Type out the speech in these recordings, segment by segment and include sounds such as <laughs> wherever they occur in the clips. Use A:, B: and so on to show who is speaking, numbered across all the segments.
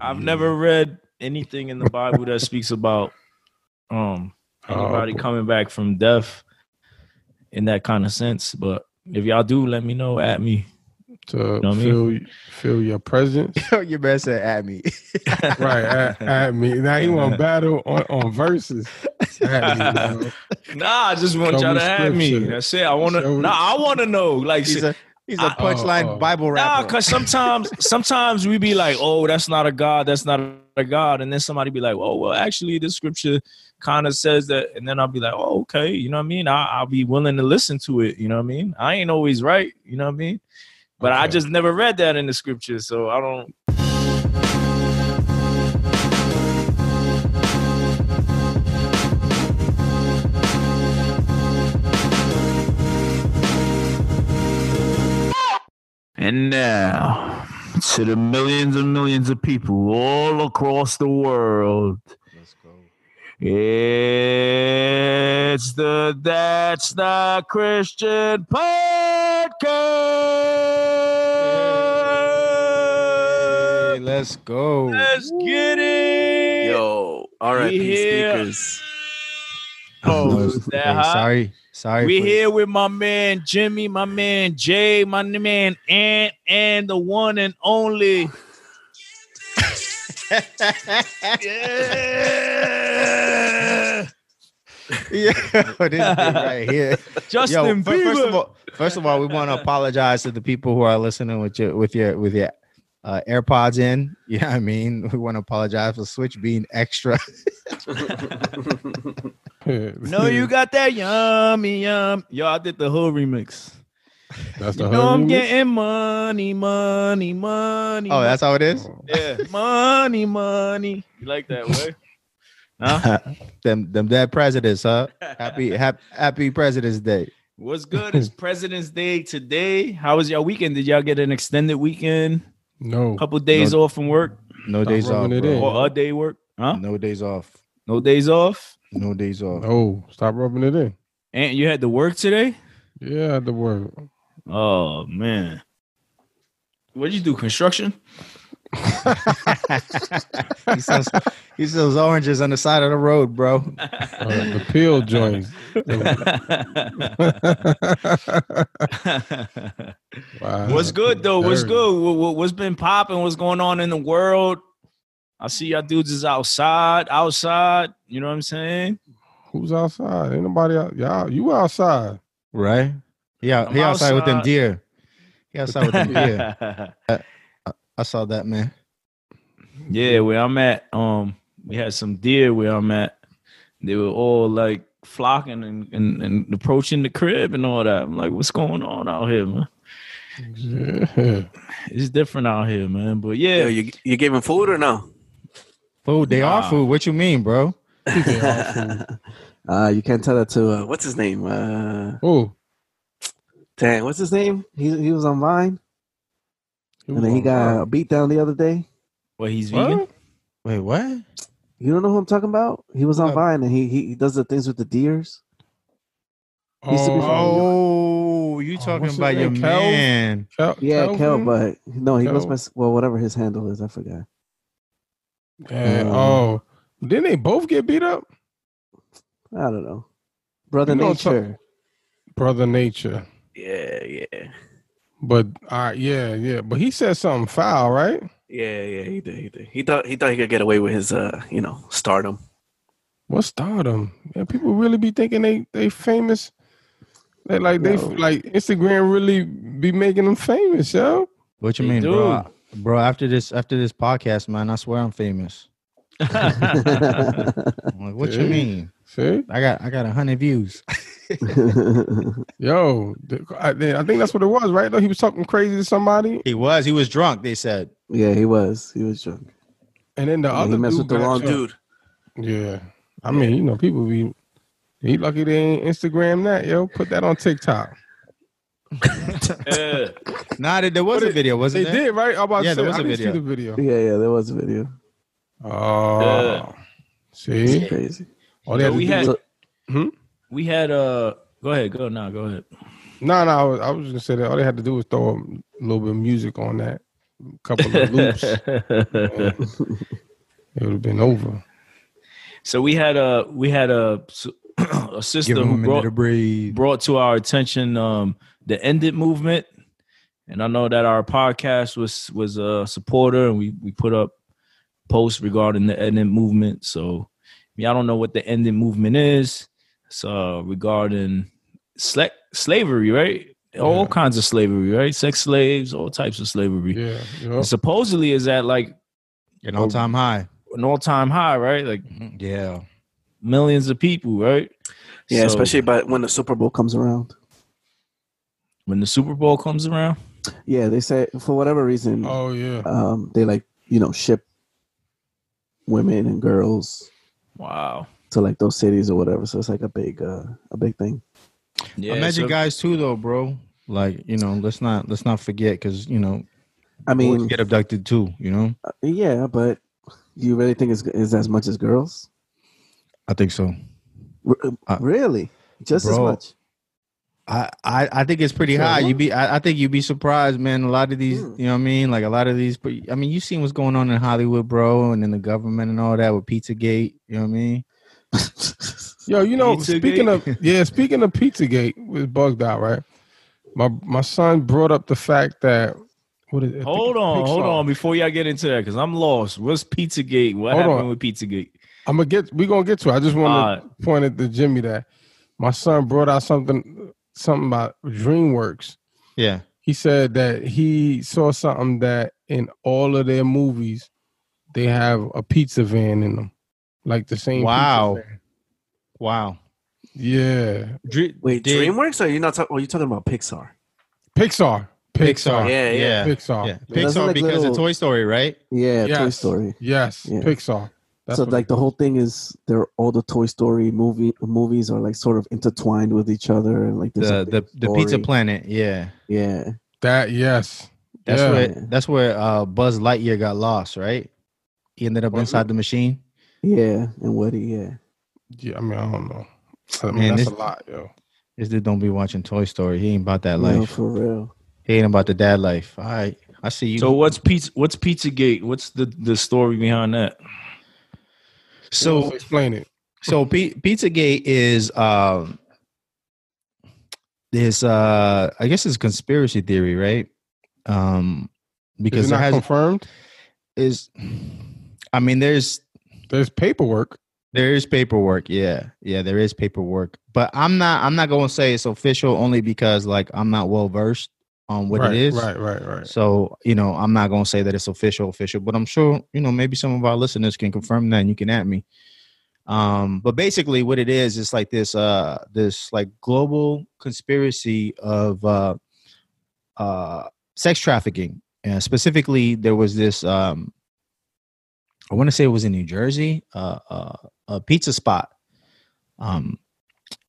A: I've never read anything in the Bible that speaks about um anybody
B: Oh.
A: coming back from death in that kind of sense. But if y'all do, let me know at me.
B: to
A: what I
B: feel
A: mean?
B: feel your presence.
C: Your man said
B: <laughs>
C: at me.
A: <laughs>
B: right at, at me. Now he want battle on, on verses. At me,
A: Nah, I just want
B: Show
A: y'all
B: me
A: to have me.
B: scripture.
A: That's it. I wanna
B: Show me-
A: nah, I wanna know. Like
C: He's a he's a
A: I-
C: punchline
B: Oh, oh.
C: Bible
A: Nah,
C: rapper.
A: cause
B: <laughs>
A: sometimes sometimes we be like, oh, that's not a god, that's not a god, and then somebody be like, oh, well, actually, the scripture kind of says that, and then I'll be like, oh, okay, you know what I mean? I, I'll be willing to listen to it, you know what I mean? I ain't always right, you know what I mean? But I
B: Okay.
A: just never read that in the scripture, so I don't.
D: And now to the millions and millions of people all across the world.
C: Let's go.
D: It's the That's Not Christian podcast.
C: let's <laughs> go.
A: Let's get it.
E: Yo, R.I.P.
A: We here.
E: sneakers.
A: Oh, is that
C: Hey,
A: hot?
C: sorry, sorry.
A: We
C: for-
A: here with my man Jimmy, my man Jay, my man Ant, and the one and
C: <laughs>
A: only. Yeah.
C: <laughs> Yo, this dude
A: <laughs>
C: right here. Yo,
A: Justin
C: fir- first
A: Bieber.
C: of all, first of all, we want to apologize to the people who are listening with your with your with your uh, AirPods in. <laughs> Yeah, I mean, we want to apologize for Switch being extra. <laughs>
A: <laughs>
B: <laughs>
A: no,
C: Hmm.
A: you got that yummy yum. Yo, I did the whole remix.
B: That's the
A: You know
B: whole
A: I'm
B: remix?
A: getting money, money, money.
C: Oh, that's how it is.
A: yeah, money, money. You like that way? <laughs> huh?
C: <laughs> them them dead presidents, huh?
A: <laughs>
C: Happy happy happy President's Day.
A: What's good?
C: <laughs>
A: It's President's Day today. How was your weekend? Did y'all get an extended weekend?
B: no.
A: couple days off from work
C: No
B: Stop
C: days off.
B: rubbing it
C: bro.
B: in.
A: or a day work? Huh?
C: No days off.
A: No days off.
C: No days off.
B: No. Stop rubbing it in.
A: And you had to work today?
B: Yeah, the word.
A: Oh man. What'd you do? Construction? <laughs>
C: he sells he sells oranges on the side of the road, bro.
B: <laughs> Uh, the
A: <laughs>
B: pill joints. Wow.
A: What's good though? What's
B: Dirty.
A: good? What- what- What's been popping? What's going on in the world? I see y'all dudes is outside, outside. You know what I'm saying?
B: Who's outside? Ain't nobody out? Y'all, you outside.
C: Right? Yeah,
A: I'm
C: he outside with them
A: outside.
C: deer. He outside with <laughs> them deer.
A: <laughs>
C: I saw that man.
A: yeah, where I'm at, um, we had some deer where I'm at. They were all like flocking and, and, and approaching the crib and all that. I'm like, what's going on out here, man?
B: Yeah. <laughs>
A: It's different out here, man. But
E: Yo,
A: yeah,
E: you you giving food or no?
C: Food, they
A: Nah.
C: are food. What you mean, bro?
A: <laughs>
E: <laughs> uh, you can't tell that to uh, what's his name? Uh,
B: Oh,
E: dang, what's his name? He he was on Vine
B: was
E: and then he
B: on
E: got beat down the other day.
A: well, he's
B: Vine.
A: vegan.
B: What?
C: Wait, what?
E: You don't know who I'm talking about? He was on
B: Uh,
E: Vine and he he, he does the things with the deers. Used to be
B: Oh,
C: Oh, you
B: Oh,
C: talking
B: what's his
C: about your
B: name? Kel?
C: man.
B: Kel-
E: Yeah, Kel,
B: Kelvin?
E: but no, he goes
B: Kel.
E: by s- well, whatever his handle is, I forgot.
B: Yeah,
C: Mm.
E: Uh,
B: oh, didn't they both get beat up?
E: I don't know. Brother
B: You don't talk-
E: Nature.
B: Brother Nature.
E: yeah, yeah,
B: But all right, yeah, yeah. But he said something foul, right?
E: yeah, yeah. He did, he did. He thought he thought he could get away with his uh, you know, stardom.
B: What stardom? Man, people really be thinking they they famous. They like they
E: No.
B: like Instagram really be making them famous, yo.
C: What you
A: They
C: mean,
A: do.
C: bro? I- Bro, after this after this podcast, man, I swear I'm famous. <laughs> I'm like, what you
B: Dude.
C: mean?
B: See,
C: I got I got a hundred views.
B: yo, th- I, I think that's what it was, right? Though he was talking crazy to somebody,
C: <laughs> He was. He was drunk. They said.
E: <laughs> yeah, he was. He was drunk.
B: and then the
E: Yeah,
B: other
E: he messed
B: dude
E: with the
B: got
E: wrong
B: shot.
E: dude.
B: Yeah, I mean, you know, people be he lucky they ain't Instagram that, yo. Put that on TikTok.
A: yeah.
C: Nah, there, there was
B: But
C: a video,
B: They
C: wasn't there?
B: did, right? I'm about to
C: Yeah,
B: say,
C: there was
B: I
C: a
B: didn't
C: video.
B: see the video.
E: Yeah, yeah, there was a video.
B: Oh,
A: Yeah.
B: see,
E: It's crazy.
B: all they
A: Yeah,
B: had to
A: we
B: do
A: had-
B: was- Hmm?
A: We had uh go ahead, go now, go ahead.
B: No, no, I was, I was just gonna say that all they had to do was throw a little bit of music on that, couple
A: <laughs>
B: of loops, it would have been over.
A: so we had a we had a <clears throat> a sister
C: Give him a
A: who
C: minute
A: brought
C: to breathe.
A: brought to our attention um, the End It movement, and I know that our podcast was was a supporter, and we we put up posts regarding the End It movement. So, I mean, I don't know what the End It movement is. It's uh, regarding sla- slavery, right? All
B: Yeah.
A: kinds of slavery, right? Sex slaves, all types of slavery.
B: Yeah, you
A: And Supposedly, is at like
C: An all time high.
A: an all time high, right? Like
C: Yeah.
A: millions of people, right?
E: Yeah,
A: So,
E: especially by when the Super Bowl comes around.
A: when the Super Bowl comes around.
E: Yeah, they say for whatever reason,
B: Oh yeah,
E: um, they like you know ship women and girls
A: Wow.
E: to like those cities or whatever. So it's like a big uh, a big thing.
A: Yeah,
C: Imagine
A: so-
C: guys too, though, bro. Like you know, let's not let's not forget because you know
E: I
C: boys
E: mean,
C: get abducted too. You know,
E: yeah, but do you really think it's is as much as girls?
C: I think so.
E: R-
C: Uh,
E: really, just as
C: bro.
E: much. <laughs>
C: I, I, I think it's pretty
E: So
C: high. You
E: what?
C: be I, I think you'd be surprised, man. A lot of these,
E: Mm.
C: you know what I mean? Like a lot of these but I mean, you seen what's going on in Hollywood, bro, and in the government and all that with Pizzagate, you know what I mean?
B: yo, you know,
A: Pizzagate? <laughs>
B: speaking of yeah, speaking of PizzaGate was bugged out, right? My my son brought up the fact that what is it? I think
A: Hold
B: it's
A: on, hold
B: Pixar.
A: on. Before y'all get into that, because I'm lost. What's Pizzagate? What
B: Hold
A: happened
B: on.
A: with Pizzagate? Uh,
B: I'm gonna get. We gonna get to. It. I just want
A: Alright.
B: to point it to Jimmy that my son brought out something something about DreamWorks.
C: Yeah.
B: He said that he saw something that in all of their movies they have a pizza van in them, like the same. pizza
C: Wow.
B: van.
C: Wow.
B: Yeah.
C: Dr-
E: Wait,
C: did-
E: DreamWorks? Or you are not? talking? Are you talking about Pixar?
B: Pixar. Pixar.
C: Pixar.
E: Yeah,
C: yeah.
B: Pixar.
C: Yeah.
E: Yeah, that's
C: Pixar
E: like
C: because
E: little-
C: of Toy Story, right?
E: Yeah, Toy
B: Yes.
E: Story.
B: Yes.
E: Yeah.
B: Pixar. That's
E: so
B: what
E: like
B: it-
E: the whole thing is, they're all the Toy Story movie movies are like sort of intertwined with each other, and like there's
C: The
E: a
C: the,
E: big
C: the Pizza
E: story.
C: Planet, yeah.
E: Yeah,
B: that. Yes.
C: That's
B: yeah.
C: where that's where uh Buzz Lightyear got lost, right? He ended up
B: Was
C: inside
B: it?
C: the machine.
E: yeah, and Woody. Yeah,
B: Yeah. I mean, I don't know. I mean,
C: Man,
B: that's
C: this-
B: a lot, yo.
C: This dude don't be watching Toy Story. He ain't about that
E: No,
C: life.
E: for real.
C: He ain't about the dad life. All right. I see you.
A: So what's pizza? What's Pizzagate? What's the the story behind that?
B: So
C: so
B: explain it.
C: so P- Pizzagate is um this uh I guess it's conspiracy theory, right? Um
B: Is
C: because
B: it
C: it
B: not
C: has
B: confirmed?
C: is I mean there's
B: There's paperwork.
C: there is paperwork, yeah. Yeah, there is paperwork. But I'm not I'm not gonna say it's official only because like I'm not well versed on what
B: right,
C: it is.
B: Right, right, right.
C: So, you know, I'm not gonna say that it's official, official, but I'm sure, you know, maybe some of our listeners can confirm that and you can at me. Um, but basically what it is, it's like this uh this like global conspiracy of uh uh sex trafficking. And specifically there was this um I want to say it was in New Jersey, uh, uh a pizza spot. Um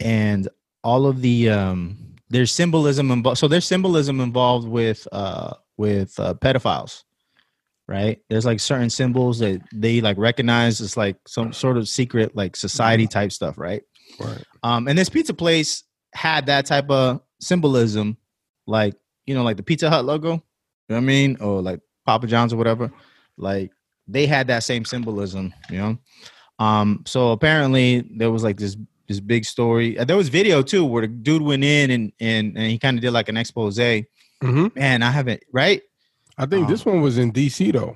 C: and all of the um there's symbolism involved so there's symbolism involved with uh with uh, pedophiles right there's like certain symbols that they like recognize as like some sort of secret like society type stuff right
B: Right.
C: um and this pizza place had that type of symbolism like you know like the pizza hut logo you know what i mean or like papa john's or whatever like they had that same symbolism you know um so apparently there was like this this big story Uh, there was video too where the dude went in and and, and he kind of did like an expose
B: hmm
C: man i haven't right
B: I think
C: Um,
B: this one was in DC though.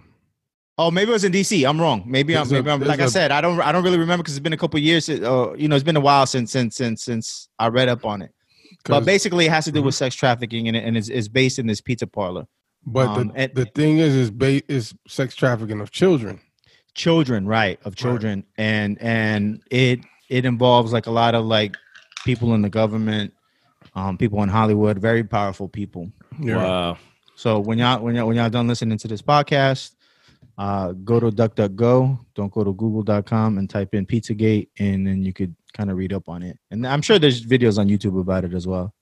C: Oh, maybe it was in DC. I'm wrong. Maybe I'm.
B: There's a-
C: Maybe I'm. Like I
B: there's a-
C: said, I don't. I don't really remember because it's been a couple years. Since, uh, you know, it's been a while since since since since I read up on it.
B: 'Cause- Mhm.
C: But basically, it has to do with sex trafficking, and, it- and it's, it's based in this pizza parlor.
B: but
C: um,
B: the,
C: and-
B: the thing is, is ba- is sex trafficking of children.
C: Children, right? Of children, and and it it involves like a lot of like people in the government, um, people in Hollywood, very powerful people.
A: Wow.
B: <clears throat>
C: So when y'all when y'all when y'all done listening to this podcast, uh, go to DuckDuckGo. Don't go to Google.com and type in Pizzagate, and then you could kind of read up on it. And I'm sure there's videos on YouTube about it as well.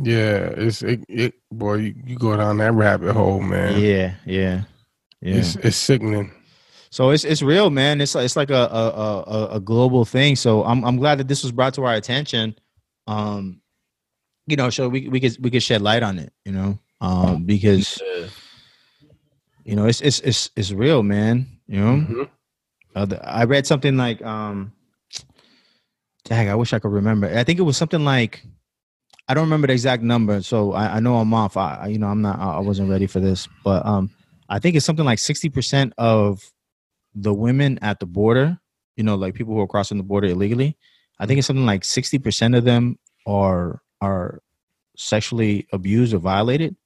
B: Yeah, it's it, it boy, you, you go down that rabbit hole, man.
C: Yeah, yeah, yeah.
B: It's it's sickening.
C: so it's it's real, man. It's like it's like a a, a- a a global thing. So I'm I'm glad that this was brought to our attention. Um, you know, so we we could we could shed light on it. You know, um, because You know, it's it's it's it's real, man. You know,
B: Mhm.
C: Other- I read something like, um, dang, I wish I could remember. I think it was something like, I don't remember the exact number, so I, I know I'm off. I, I- you know, I'm not, I I wasn't ready for this, but um, I think it's something like 60% of the women at the border, you know, like people who are crossing the border illegally. I think it's something like 60% of them are are sexually abused or violated,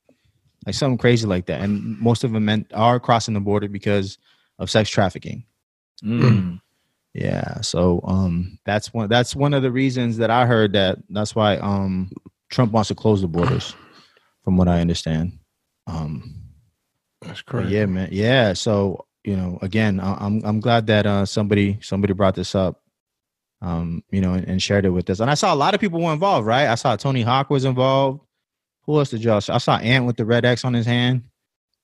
C: like something crazy like that. And most of them men are crossing the border because of sex trafficking.
D: Mm.
C: Yeah, so um, that's one. That's one of the reasons that I heard that. That's why um, Trump wants to close the borders, from what I understand. Um,
B: That's
C: but
B: crazy.
C: yeah, man. Yeah, so you know, again, I, I'm I'm glad that uh, somebody somebody brought this up, um, you know, and, and shared it with us. And I saw a lot of people were involved, right? I saw Tony Hawk was involved. Who else did y'all? See? I saw Ant with the red X on his hand.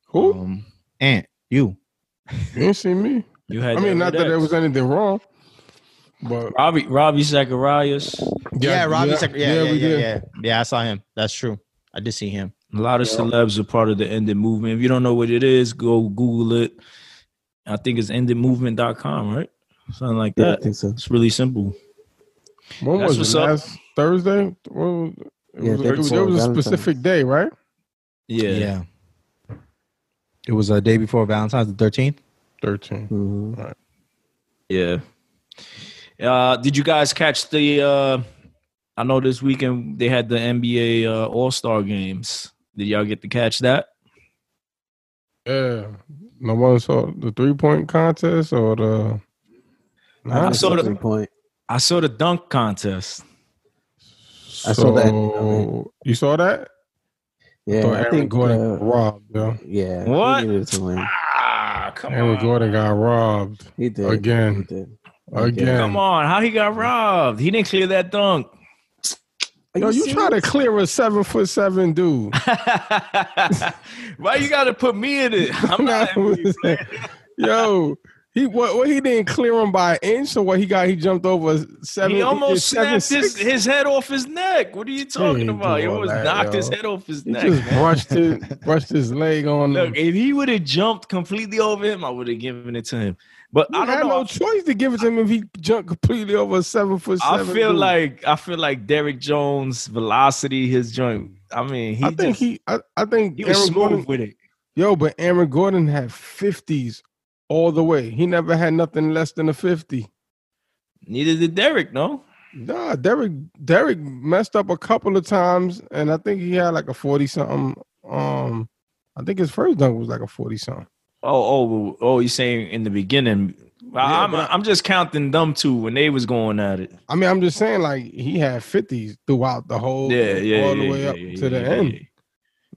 B: Who?
C: Um, Ant, you.
B: You didn't see me.
A: You had.
B: I mean, not that there
A: it
B: was anything wrong, but
A: Robbie Robbie Zacharias.
C: Yeah, Robbie. Yeah, yeah, yeah, yeah,
B: we
C: yeah,
B: did.
C: yeah. I saw him. That's true. I did see him.
A: A lot of celebs are part of the Ended Movement. If you don't know what it is, go Google it. I think it's endedmovement.com, right? Something like
E: Yeah, I
A: that.
E: think so.
A: It's really simple.
B: When
A: That's
B: was
A: what's
B: it?
A: up.
B: Last Thursday? Well, it
E: Yeah,
B: was, it was,
E: Thursday,
B: there was a
E: Valentine's.
B: specific day, right?
A: Yeah.
C: It was a day before Valentine's, the thirteenth.
B: 13.
E: hmm
A: Yeah. Uh, did you guys catch the? Uh, I know this weekend they had the NBA uh, All Star games. Did y'all get to catch that?
B: Yeah. No one saw the three point contest or the.
A: I
B: Nah,
A: saw the-
E: three point.
A: I saw the dunk contest.
E: I saw that.
B: so- You saw that?
E: Yeah,
B: Thought
E: I
B: Aaron
E: think.
B: Gordon
E: uh,
B: got robbed, yo.
E: yeah, he
A: What?
E: needed to win.
A: Ah, come
B: Aaron Gordon got robbed
E: He did. He
B: again.
E: did.
B: Again.
A: Come on, how he got robbed? He didn't clear that dunk.
E: Are
B: Yo, you try to
E: serious?
B: clear a seven foot seven dude.
A: <laughs> Why you got to put me in it?
B: <laughs>
A: I'm not. MVP player.
B: Yo, he what, what he didn't clear him by an inch, or what he got? He jumped over seven.
A: he almost
B: seven,
A: snapped his,
B: six?
A: his head off his neck. What are you talking
B: ain't
A: about? He
B: doing
A: almost
B: that,
A: knocked
B: yo.
A: his head off his
B: He
A: neck.
B: just
A: man. <laughs>
B: brushed it, brushed his leg on him.
A: Look, if he would have jumped completely over him, I would have given it to him. But
B: You
A: I
B: had
A: don't know.
B: no choice to give it to him if he jumped completely over a seven foot
A: I
B: seven.
A: feel
B: dude.
A: like I feel like Derrick Jones' velocity, his joint. I mean, he
B: I think
A: just, he,
B: he, I, I think
A: was
B: Aaron
A: smooth
B: Gordon,
A: with it.
B: yo, but Aaron Gordon had fifties all the way. He never had nothing less than a fifty.
A: Neither did Derrick, no.
B: Nah, Derek, Derek messed up a couple of times, and I think he had like a forty something. Um, I think his first dunk was like a forty something.
A: Oh, oh, oh! You're saying in the beginning?
B: Yeah,
A: I'm,
B: but
A: I'm just counting them two when they was going at it.
B: I mean, I'm just saying, like he had fifties throughout the whole,
A: Yeah, yeah,
B: Oh, all
A: yeah,
B: the way
A: yeah,
B: up
A: yeah,
B: to the
A: yeah,
B: end.
A: yeah.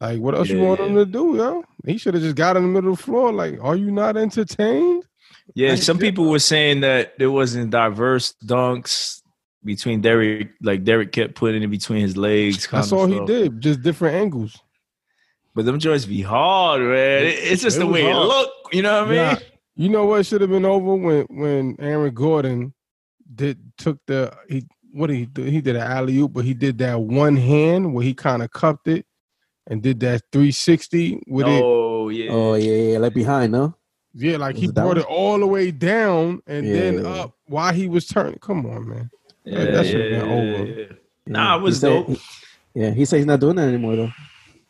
B: Like, what else you
A: Yeah,
B: want
A: yeah.
B: him to do, yo? He should have just got in the middle of the floor. Like, are you not entertained?
A: Yeah,
B: Like,
A: some
B: yeah.
A: people were saying that there wasn't diverse dunks between Derrick. Like Derrick kept putting it between his legs. kinda
B: That's all he
A: stuff.
B: did, just different angles.
A: But them joints be hard, man. It- It's just
B: It
A: the
B: was
A: way it
B: hard.
A: look. You know what I mean?
B: Yeah. You know what should have been over when when Aaron Gordon did took the he what did he do? He did an alley oop, but he did that one hand where he kind of cupped it and did that 360 with it.
A: Oh yeah.
E: Oh yeah, yeah, like behind, no.
B: Yeah, like he
E: was it that
B: brought
E: one?
B: it all the way down and then
E: Yeah.
B: up while he was turning. Come on, man.
A: yeah,
B: that
A: yeah,
B: should've been over.
A: yeah, yeah.
E: Yeah.
A: Nah, it
E: He
A: was
E: said-
A: dope.
E: he- yeah, he said he's not doing that anymore though.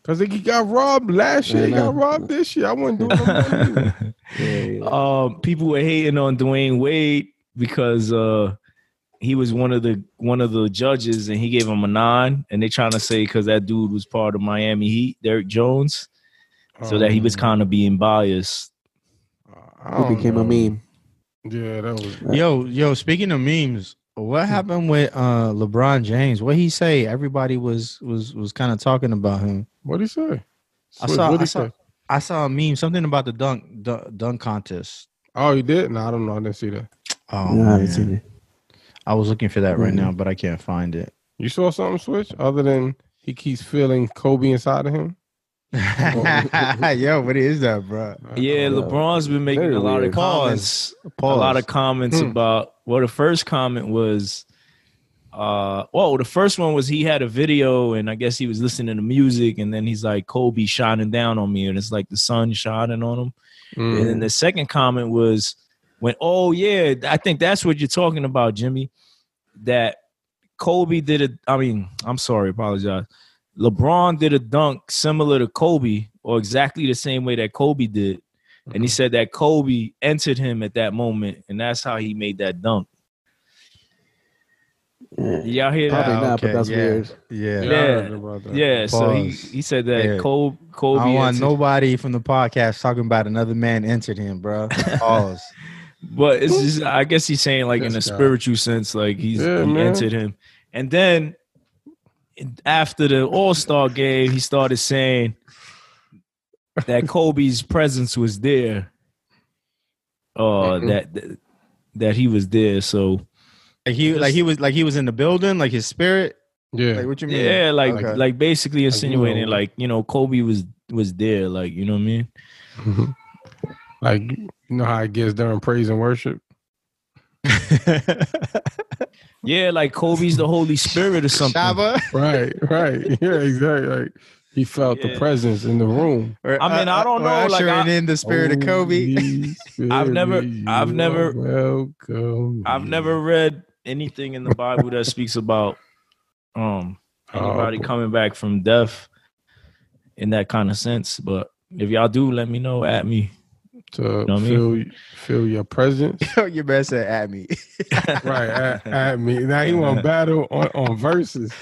B: Cause he got robbed last year.
E: I
B: He got
E: know.
B: robbed this year. I wouldn't do
E: <laughs>
B: it. no more either.
E: Yeah, yeah.
A: <laughs> um, people were hating on Dwayne Wade because uh, he was one of the one of the judges, and he gave him a nine. And they trying to say because that dude was part of Miami Heat, Derrick Jones, so that he was
B: Um,
A: kind of being biased.
B: I
A: Oh,
B: don't
E: he became
B: know.
E: a meme.
B: Yeah, that was
E: Right. Hmm.
C: Yo, yo. Speaking of memes, what happened with uh LeBron James? What he say? Everybody was was was kind of talking about him.
B: what he say?
C: I saw-
B: What'd
C: I
B: he
C: saw-
B: say?
C: I saw a meme, something about the dunk dunk, dunk contest.
B: Oh, he did? No, I don't know. I didn't see that.
C: Oh,
E: Nah, I haven't
C: man.
E: seen it.
C: I was looking for that right
E: Mhm.
C: now, but I can't find it.
B: You saw something switch other than he keeps feeling Kobe inside of him?
E: Oh.
C: <laughs> yo, what is that, bro?
A: Yeah,
E: know.
A: LeBron's been making
E: Very
A: a lot
E: weird.
A: of comments.
C: Pause.
A: a lot of comments
B: Hmm.
A: about well the first comment was uh well the first one was he had a video and i guess he was listening to music and then he's like kobe shining down on me and it's like the sun shining on him
B: Mm.
A: and then the second comment was when oh yeah i think that's what you're talking about jimmy that kobe did a i mean i'm sorry apologize lebron did a dunk similar to kobe or exactly the same way that kobe did and he said that kobe entered him at that moment and that's how he made that dunk
E: Yeah.
A: y'all hear that
E: Probably
C: Ah,
E: not,
C: okay,
E: but that's
C: yeah.
E: weird.
C: Yeah.
A: Yeah. yeah so he,
C: Pause.
A: he said that
C: Yeah.
A: Kobe,
C: I
A: kobe
C: don't want
A: entered-
C: nobody from the podcast talking about another man entered him, bro.
A: <laughs>
C: Pause.
A: But it's just, I guess he's saying like in a
B: This guy.
A: spiritual sense, like he's
B: Yeah,
A: he
B: man.
A: entered him. And then after the All Star game, he started saying that Kobe's presence was there. Uh,
B: Mhm.
A: that that- that he was there. So
C: like he, like he was, like he was in the building, like his spirit.
B: yeah.
C: Like what you mean? <laughs>
A: yeah, like
C: Okay.
A: like basically insinuating
B: know.
A: like you know Kobe was was there. Like you know what I mean?
B: <laughs> like you know how it gets during praise and worship.
A: Yeah, like Kobe's the Holy
B: <laughs>
A: Spirit or something.
C: Shaba.
B: Right, <laughs> right. Yeah, exactly. Like he felt
A: Yeah.
B: the presence in the room.
C: Or, uh,
A: I mean, I don't
C: or
A: know, like,
C: ushering
A: I-
C: in the spirit
B: Oh,
C: of Kobe.
B: Holy
A: <laughs> I've never-
B: Spirit,
A: I've
B: you
A: never-
B: are welcome.
A: I've never read anything in the Bible that speaks about um
B: Oh,
A: anybody
B: boy.
A: coming back from death in that kind of sense. But if y'all do, let me know at me.
B: to
A: what I
B: feel feel your
A: <laughs>
B: presence.
C: <laughs> Your man said at me.
B: right at, at me. Now he want battle on
A: <laughs>
B: on verses.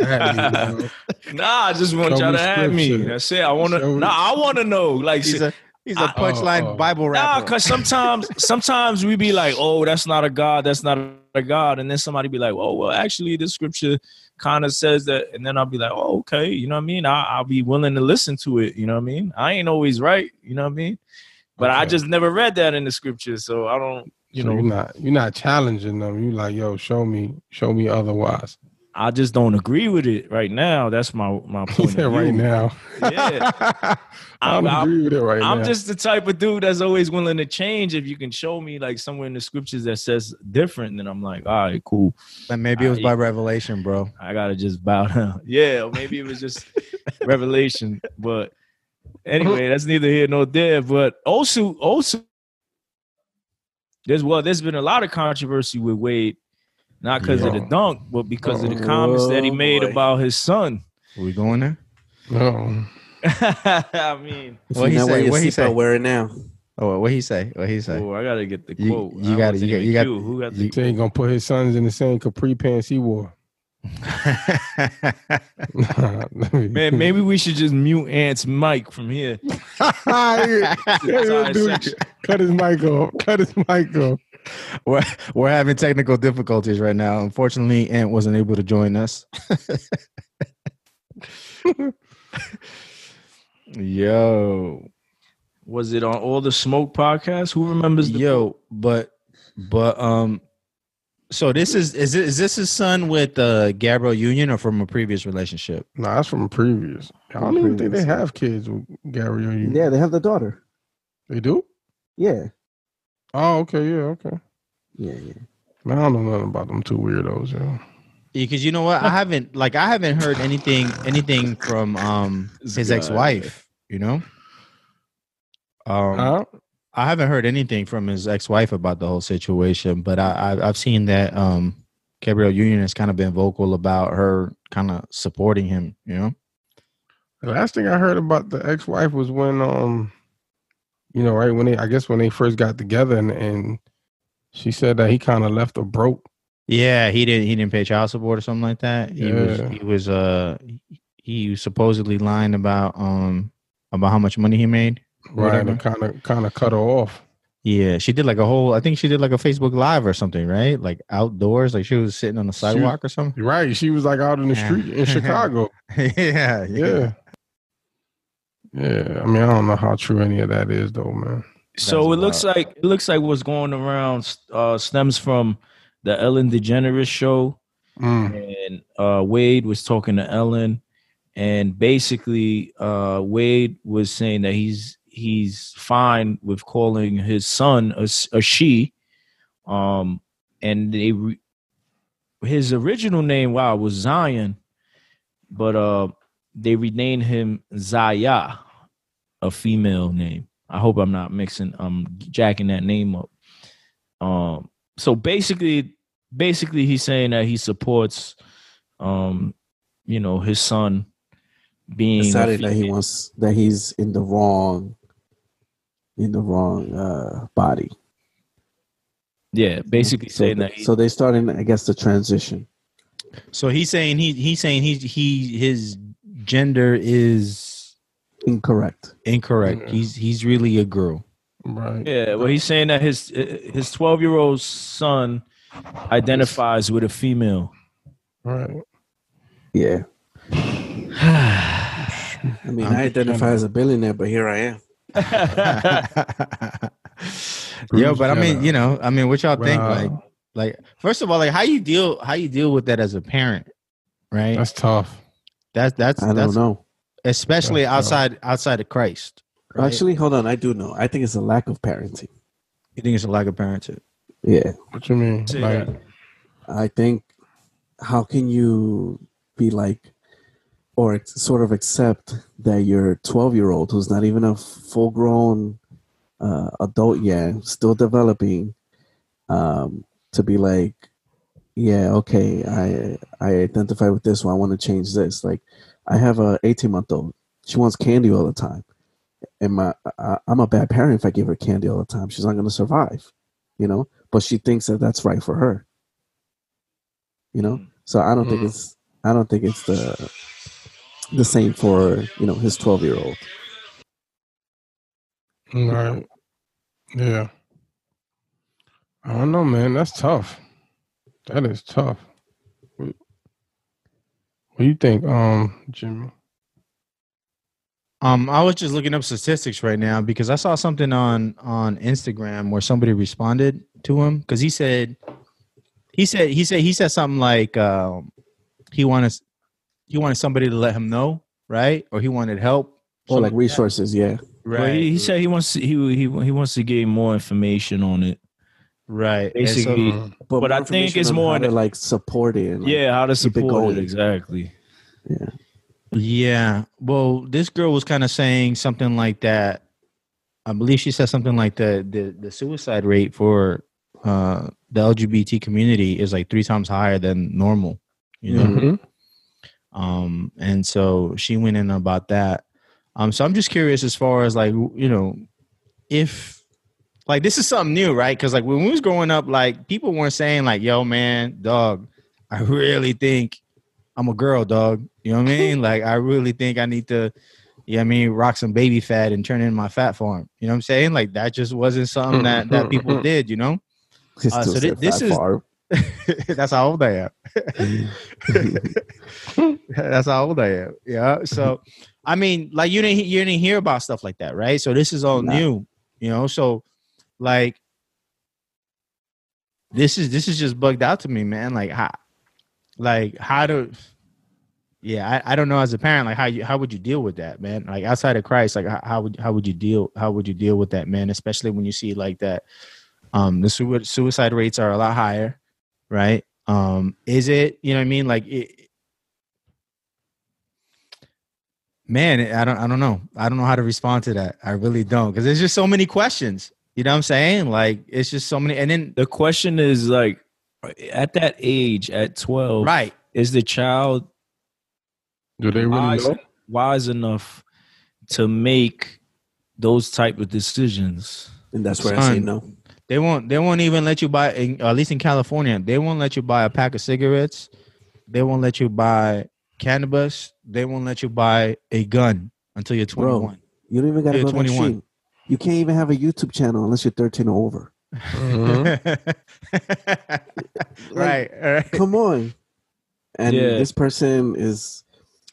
B: At me, bro.
A: Nah, I just want
B: Show
A: y'all
B: me
A: to at me.
B: scripture.
A: That's it. I wanna
B: Show me-
A: nah, I wanna know. Like
C: He's
A: shit.
C: a he's a
A: I- uh,
C: punchline
B: Oh, oh.
C: Bible
A: Nah,
C: rapper.
A: cause
B: <laughs>
A: sometimes sometimes we be like, oh, that's not a god, that's not a god, and then somebody be like, oh, well, actually, the scripture kind of says that, and then I'll be like, oh, okay, you know what I mean? I, I'll be willing to listen to it, you know what I mean? I ain't always right, you know what I mean? But I
B: Okay.
A: just never read that in the scripture, so I don't, you
B: You know,
A: know,
B: you're not you're not challenging them. You like, yo, show me, show me otherwise. <laughs>
A: I just don't agree with it right now. That's my
B: <laughs>
A: my
B: He
A: point.
B: said
A: of
B: right
A: view.
B: now.
A: <laughs>
B: <laughs>
A: yeah.
B: I
A: I'm,
B: don't
A: I'm,
B: agree with it right now.
A: I'm just the type of dude that's always willing to change. If you can show me like somewhere in the scriptures that says different, then I'm like, all right, cool.
C: Like, maybe it was by revelation, bro.
A: I gotta just
C: <laughs>
A: bow down. Yeah, or maybe it was just revelation. But anyway, that's neither here nor there. But also, also, there's well, there's been a lot of controversy with Wade, not because of the
B: Yeah.
A: dunk, but because of the comments that he
E: Oh,
A: made
E: boy.
A: about his son. <laughs>
C: we going there?
B: no.
A: I mean,
C: What he
E: now
C: say?
E: wear your
C: What he
E: seatbelt,
C: say?
E: wear it now.
C: Oh, what he say? What he say?
A: oh, I gotta get the
C: You-
A: quote.
C: you
A: I
C: gotta-
A: wasn't
C: you got-
A: even
C: you got-
A: cue. Who got the
C: you-
B: He said he gonna put his sons in the same capri pants he wore. <laughs>
A: man?
B: <laughs>
A: Maybe we should just mute Ant's mic from here. Entire section.
B: cut his mic off. Cut his mic off.
C: <laughs> we're, we're having technical difficulties right now. Unfortunately, Ant wasn't able to join us. <laughs> Yo.
A: Was it on all the smoke podcast? Who remembers the
C: Yo, but but um so this is is this, is this his son with uh Gabriel Union or from a previous relationship?
B: Nah, that's from previous. I don't even think they
E: Previous.
B: have kids with Gary or you.
E: Yeah, they have the daughter.
B: They do?
E: Yeah,
B: Oh, okay, yeah, okay.
E: yeah, yeah.
B: Man, I don't know nothing about them two weirdos, yo.
C: Because you know what? I haven't like I haven't heard anything anything from um
A: This
C: his
A: guy.
C: ex-wife, you know? Um
B: Huh?
C: I haven't heard anything from his ex-wife about the whole situation, but I, I I've seen that um Gabrielle Union has kind of been vocal about her kind of supporting him, you know.
B: The last thing I heard about the ex-wife was when um you know, right when they I guess when they first got together and, and she said that he kind of left her broke.
C: Yeah, he didn't he didn't pay child support or something like that. He
B: Yeah.
C: was he was uh he supposedly lying about um about how much money he made. or
B: Right.
C: whatever.
B: And kind of kind of cut her off.
C: Yeah, she did like a whole I think she did like a Facebook live or something, right? Like outdoors, like she was sitting on
B: was-
C: the sidewalk or something. <laughs>
B: Right. She was like out in the
C: Yeah.
B: street
C: <laughs>
B: in Chicago.
C: yeah,
B: Yeah. Yeah. I mean, I don't know how true any of that is though, man.
A: So
C: That's
A: it looks
C: wild.
A: like it looks like what's going around uh, stems from the Ellen DeGeneres show,
B: Mm.
A: and uh, Wade was talking to Ellen, and basically uh, Wade was saying that he's he's fine with calling his son a, s- a she, um, and they re- his original name, wow, was Zion, but uh, they renamed him Zaya, a female name. I hope I'm not mixing, I'm jacking that name up. Um, so basically, basically, he's saying that he supports, um, you know, his son being a
E: decided that he
A: female.
E: wants that he's in the wrong in the wrong uh body
A: yeah, basically
E: so,
A: saying that. he-
E: so they starting i guess the transition
C: So he's saying he he's saying he he his gender is
E: incorrect
C: incorrect.
B: Yeah.
C: He's he's really a
B: <laughs>
C: girl. <laughs>
B: Right.
A: yeah, well, he's saying that his his 12 year old son identifies with a female. <laughs>
B: Right.
A: <sighs>
E: yeah i mean i identify as a billionaire but here i am
C: Yo, but I mean, you know, I mean, what y'all think?
B: Wow.
C: Like, like first of all, like how you deal how you deal with that as a parent, right?
B: That's tough.
C: That's that's
E: i don't
C: that's
E: know
C: especially
B: That's tough.
C: outside outside of Christ. right?
E: actually hold on i do know i think it's a lack of parenting
C: you think it's a lack of parenthood?
E: yeah
B: What you mean?
A: Say
B: Like,
E: i think how can you be like or ex- sort of accept that your 12 year old who's not even a full grown uh, adult yet still developing um, to be like yeah okay i i identify with this one i want to change this like i have a 18 month old she wants candy all the time and my I, i'm a bad parent if i give her candy all the time she's not going to survive you know but she thinks that that's right for her you know so i don't think
B: Mm.
E: it's i don't think it's the the same for you know his 12 year old
B: Right. Yeah. I don't know, man. That's tough. That is tough. What what do you think, um, Jimmy?
C: Um, I was just looking up statistics right now because I saw something on on Instagram where somebody responded to him because he said, he said, he said, he said something like, um, he wanted, he wanted somebody to let him know, right? Or he wanted help,
E: or like
C: something that,
E: resources yeah
A: Well,
C: right?
A: he, he said he wants to, he he he wants to gain more information on it.
C: right? And so-
A: Basically,
B: Mm.
A: But I
E: more
A: think
E: information
A: it's
E: on
A: more
E: how
A: in
E: to,
A: the-
E: like support it and, like,
A: yeah, how to
E: keep it
A: support
E: going.
A: it exactly.
C: Yeah. Well, this girl was kind of saying something like that. I believe she said something like the the, the suicide rate for uh, the LGBT community is like three times higher than normal. You
A: Mm-hmm.
C: know.
B: Mhm.
C: Um, and so she went in about that. Um, so I'm just curious as far as like you know, if like this is something new, right? Because like when we was growing up, like people weren't saying like, "Yo, man, dog, I really think I'm a girl, dog." You know what I mean? like I really think I need to, you know what I mean, rock some baby fat and turn in my fat farm. You know what I'm saying? Like that just wasn't something that that people did. You know?
E: It's
C: Uh,
E: still
C: so thi-
E: said
C: this
E: fat
C: is-
E: farm.
C: <laughs> That's how old I am. That's how old I am. Yeah. So, I mean, like you didn't you didn't hear about stuff like that, right? So this is all
E: Nah.
C: new, you know. So, like, this is this is just bugged out to me, man. Like how, like how to, yeah. I, I don't know as a parent, like how you how would you deal with that, man? Like outside of Christ, like how, how would how would you deal how would you deal with that, man? Especially when you see like that, um, the sui- suicide rates are a lot higher, right? Um, is it you know what I mean? Like it, man i don't i don't know i don't know how to respond to that i really don't because there's just so many questions you know what i'm saying like it's just so many and then
A: The question is like, at that age, at twelve,
C: right
A: is the child
B: Do they really
A: wise,
B: know?
A: wise enough to make those type of decisions?
E: and that's where i say
C: Son.
E: no
C: they won't they won't even let you buy in, at least in california they won't let you buy a pack of cigarettes they won't let you buy cannabis they won't let you buy a gun until you're
E: Bro.
C: 21
E: you don't even gotta
C: You're
E: go
C: 21.
E: 21 you can't even have a youtube channel unless you're 13 or over
B: Mhm.
C: <laughs> right right
E: come on and
A: Yeah.
E: this person is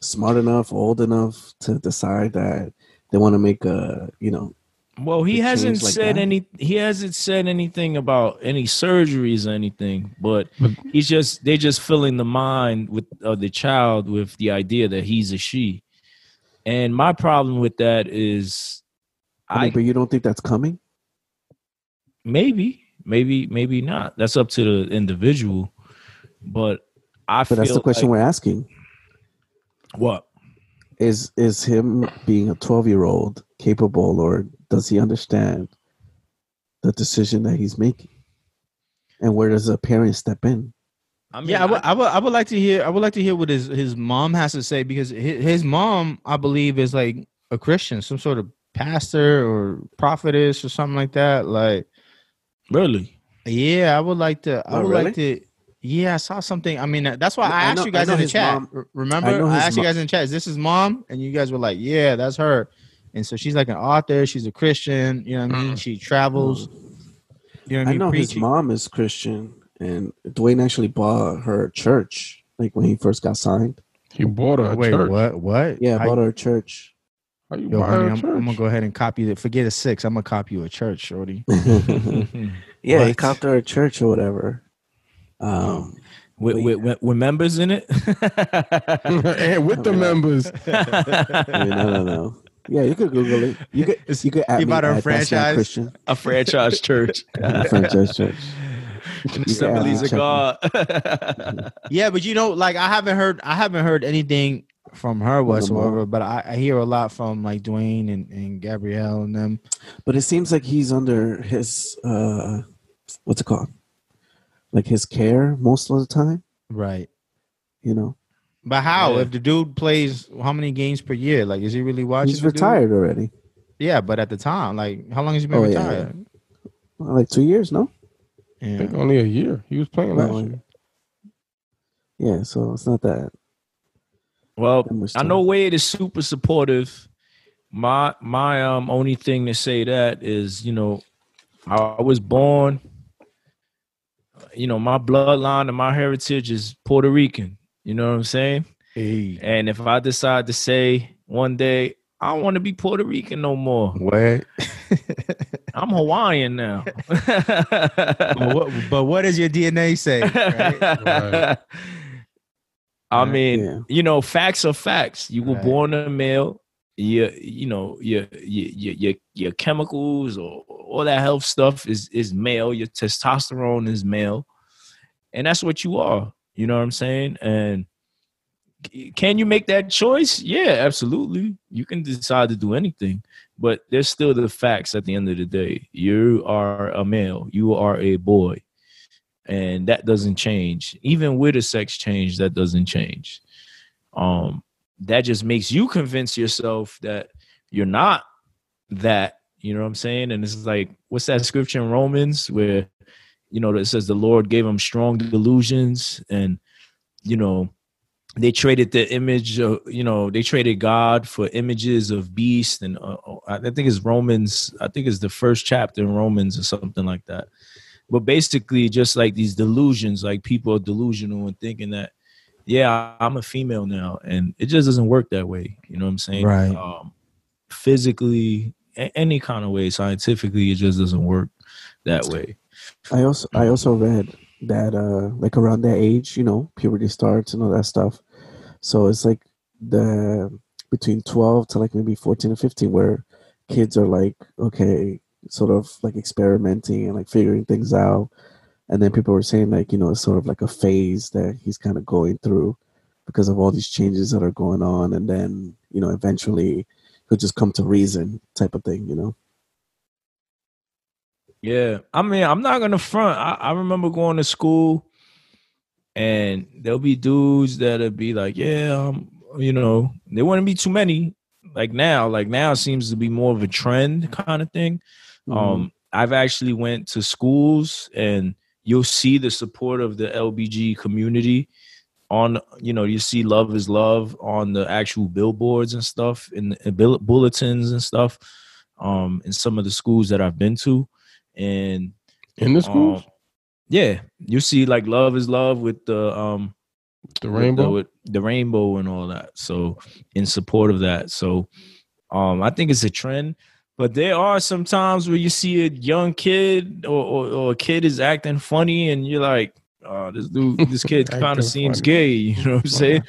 E: smart enough old enough to decide that they want to make a you know
A: Well, he
E: It
A: hasn't
E: changed like
A: said
E: that?
A: any. He hasn't said anything about any surgeries or anything. But
B: But-
A: he's just they're just filling the mind with of the child with the idea that he's a she. And my problem with that is,
E: I mean,
A: I
E: but you don't think that's coming
A: maybe maybe maybe not. That's up to the individual. But I
E: But
A: feel
E: that's the question
A: like-
E: we're asking.
A: what
E: Is is him being a twelve year old capable or does he understand the decision that he's making? And where does a parent step in?
A: I mean.
C: yeah, I would, I would, I would like to hear, I would like to hear what his his mom has to say because his, his mom, I believe, is like a Christian, some sort of pastor or prophetess or something like that. Like,
A: really.
C: yeah, I would like to, I
E: Oh,
C: would like
E: really?
C: to. Yeah, I saw something. I mean, that's why I,
E: I
C: asked
E: know-
C: you
E: I
C: guys
E: know
C: in the
E: his
C: chat.
E: mom.
C: R- Remember,
E: I know
C: I,
E: his
C: asked you
E: mo-
C: guys in the chat, is this his mom? And you guys were like, yeah, that's her. And so she's like an author. She's a Christian. You know what I mean? She travels. You know what I
E: I
C: mean?
E: know his
C: Preaching.
E: mom is Christian, and Dwayne actually bought her a church, like when he first got signed.
B: He bought her a
C: Wait,
B: church.
C: what? What?
E: Yeah,
C: How
E: bought her
C: <laughs>
E: a church. <laughs>
B: How you
C: Yo,
B: buy her
C: honey,
B: a
C: I'm,
B: church?
C: I'm
B: <laughs>
C: gonna go <laughs> ahead and copy that. Forget a six. I'm gonna copy you a church,
E: <laughs>
C: shorty. <laughs>
E: yeah, he
C: What?
E: copped her a church or whatever. Um,
A: <laughs> With,
E: But
A: with, with, with members in it. <laughs>
B: and with the
E: Yeah.
B: members,
E: I mean, I
C: <laughs>
E: don't know. Yeah, you could Google it. You could
C: It's-
E: you could at
C: he
E: me
C: bought her a
E: at That's Not
C: franchise.
E: Christian
A: a franchise church.
E: franchise church.
A: An assemblies of
E: check it.
A: God.
C: <laughs> yeah, but you know, like I haven't heard, I haven't heard anything from her whatsoever. But I, I hear a lot from like Dwayne and, and Gabrielle and them.
E: But it seems like he's under his uh, what's it called? Like his care most of the time.
C: Right.
E: You know,
C: But how
A: Yeah.
C: if the dude plays how many games per year? Like, is he really watching?
E: he's
C: the dude?
E: retired already.
C: Yeah, but at the time, like, how long has he been
E: Oh, yeah,
C: retired?
E: Like two years, no?
C: Yeah.
B: I think only a year. He was playing last
E: Well,
B: year.
E: Yeah, so it's not that.
A: well,
E: that much
A: I
E: time.
A: know Wade is super supportive. My my um only thing to say that is, you know, I, I was born. You know, my bloodline and my heritage is Puerto Rican. You know what I'm saying?
C: Hey.
A: And if I decide to say one day I don't want to be Puerto Rican no
C: <laughs>
A: more,
C: What?
A: I'm Hawaiian now.
C: but what? But what does your
A: <laughs>
C: DNA say? Right?
B: Right.
A: I
C: Right.
A: mean,
E: Yeah.
A: you know, facts are facts. You were
C: Right.
A: born a male. Your, you know, your, your your your your chemicals or all that health stuff is is male. Your testosterone is male, and that's what you are. You know what I'm saying? And c- can you make that choice? Yeah, absolutely. You can decide to do anything, but there's still the facts at the end of the day. You are a male. You are a boy and that doesn't change even with a sex change that doesn't change um that just makes you convince yourself that you're not that you know what i'm saying and it's like what's that scripture in romans where you know it says the lord gave them strong delusions and you know they traded the image of you know they traded god for images of beast and uh, uh, i think it's romans i think it's the first chapter in romans or something like that but basically just like these delusions like people are delusional and thinking that yeah i'm a female now and it just doesn't work that way you know what i'm saying
C: Right.
A: um, physically a- any kind of way scientifically it just doesn't work that way
E: I also I also read that uh like around that age, you know, puberty starts and all that stuff. So it's like the between twelve to like maybe fourteen or fifteen where kids are like, okay, sort of like experimenting and like figuring things out. And then people were saying like, you know, it's sort of like a phase that he's kind of going through because of all these changes that are going on and then, you know, eventually he'll just come to reason type of thing, you know.
A: Yeah, I mean, I'm not gonna front. I, I remember going to school, and there'll be dudes that'll be like, "Yeah, um, you know," there wouldn't be too many. Like now, like now, it seems to be more of a trend kind of thing.
B: Mm-hmm.
A: Um, I've actually went to schools, and you'll see the support of the LBG community on. You know, you see "Love Is Love" on the actual billboards and stuff, and the bull- bulletins and stuff. Um, in some of the schools that I've been to and
B: In the
A: um,
B: schools,
A: yeah, you see like love is love with the um
B: the
A: with
B: rainbow.
A: the, with <laughs> the rainbow and all that. So in support of that, so um I think it's a trend. But there are some times where you see a young kid or, or, or a kid is acting funny, and you're like, oh, this dude, this
B: <laughs>
A: kid kind
B: Acting
A: of seems
B: funny.
A: gay. <laughs> You know what I'm saying?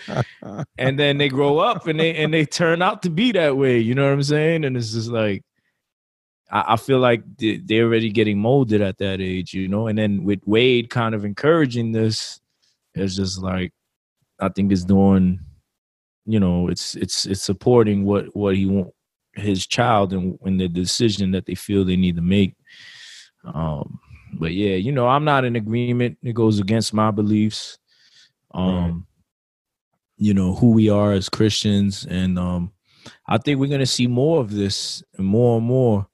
A: and then they grow up and they and they turn out to be that way. You know what I'm saying? And it's just like I, I feel like they- they're already getting molded at that age, you know. And then with Wade kind of encouraging this, It's just like I think it's doing, you know, it's it's it's supporting what what he want his child and and the decision that they feel they need to make. Um, but yeah, you know, I'm not in agreement. It goes against my beliefs. Um, you know, who we are as Christians, and um, I think we're gonna see more of this and more and more.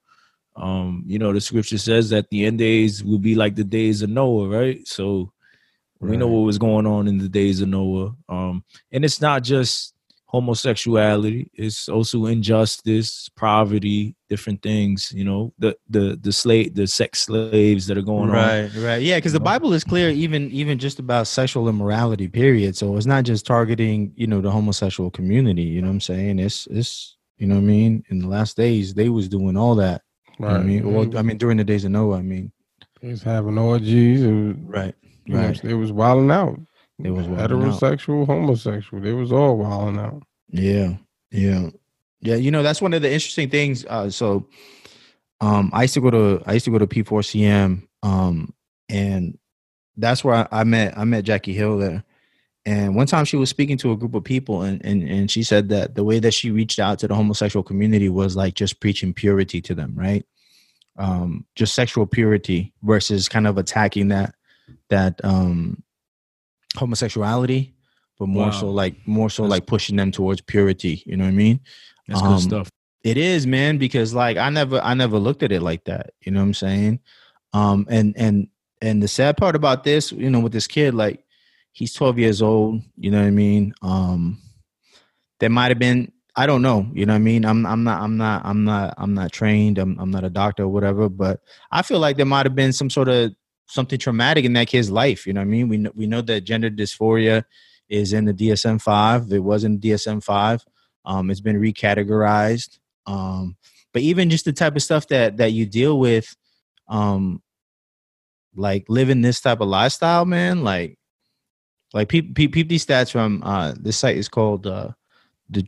A: Um, you know, the scripture says that the end days will be like the days of Noah, right? So we know what was going on in the days of Noah. Um, and it's not just homosexuality, it's also injustice, poverty, different things, you know, the the the slave the sex slaves that are going on.
C: right right yeah because the
A: No.
C: bible is clear even even just about sexual immorality period so it's not just targeting you know the homosexual community you know what i'm saying it's it's you know what i mean in the last days they was doing all that you know what i mean well i mean during the days of noah i mean
B: He was having orgies. It was,
C: right
B: you know,
C: right
B: it was wilding out.
C: They was wilding out.
B: heterosexual, homosexual. They was all wilding out.
C: Yeah, yeah, yeah. You know, that's one of the interesting things. Uh, so, um, I used to go to I used to go to P4CM, um, and that's where I, I met I met Jackie Hill there. And one time she was speaking to a group of people, and and and she said that the way that she reached out to the homosexual community was like just preaching purity to them, right? Um, just sexual purity versus kind of attacking that that um homosexuality but more
A: Wow.
C: so like more so
A: That's-
C: like pushing them towards purity you know what i mean
A: That's
C: Um,
A: good stuff.
C: it is man because like i never i never looked at it like that you know what i'm saying um and and and the sad part about this you know with this kid like he's 12 years old you know what i mean um there might have been i don't know you know what i mean i'm i'm not i'm not i'm not i'm not trained i'm, I'm not a doctor or whatever but i feel like there might have been some sort of something traumatic in that kid's life you know what i mean we know, we know that gender dysphoria is in the dsm-5 it was in dsm-5 um, it's been recategorized um, but even just the type of stuff that that you deal with um, like living this type of lifestyle man like like peep, peep, peep these stats from uh, this site is called uh, the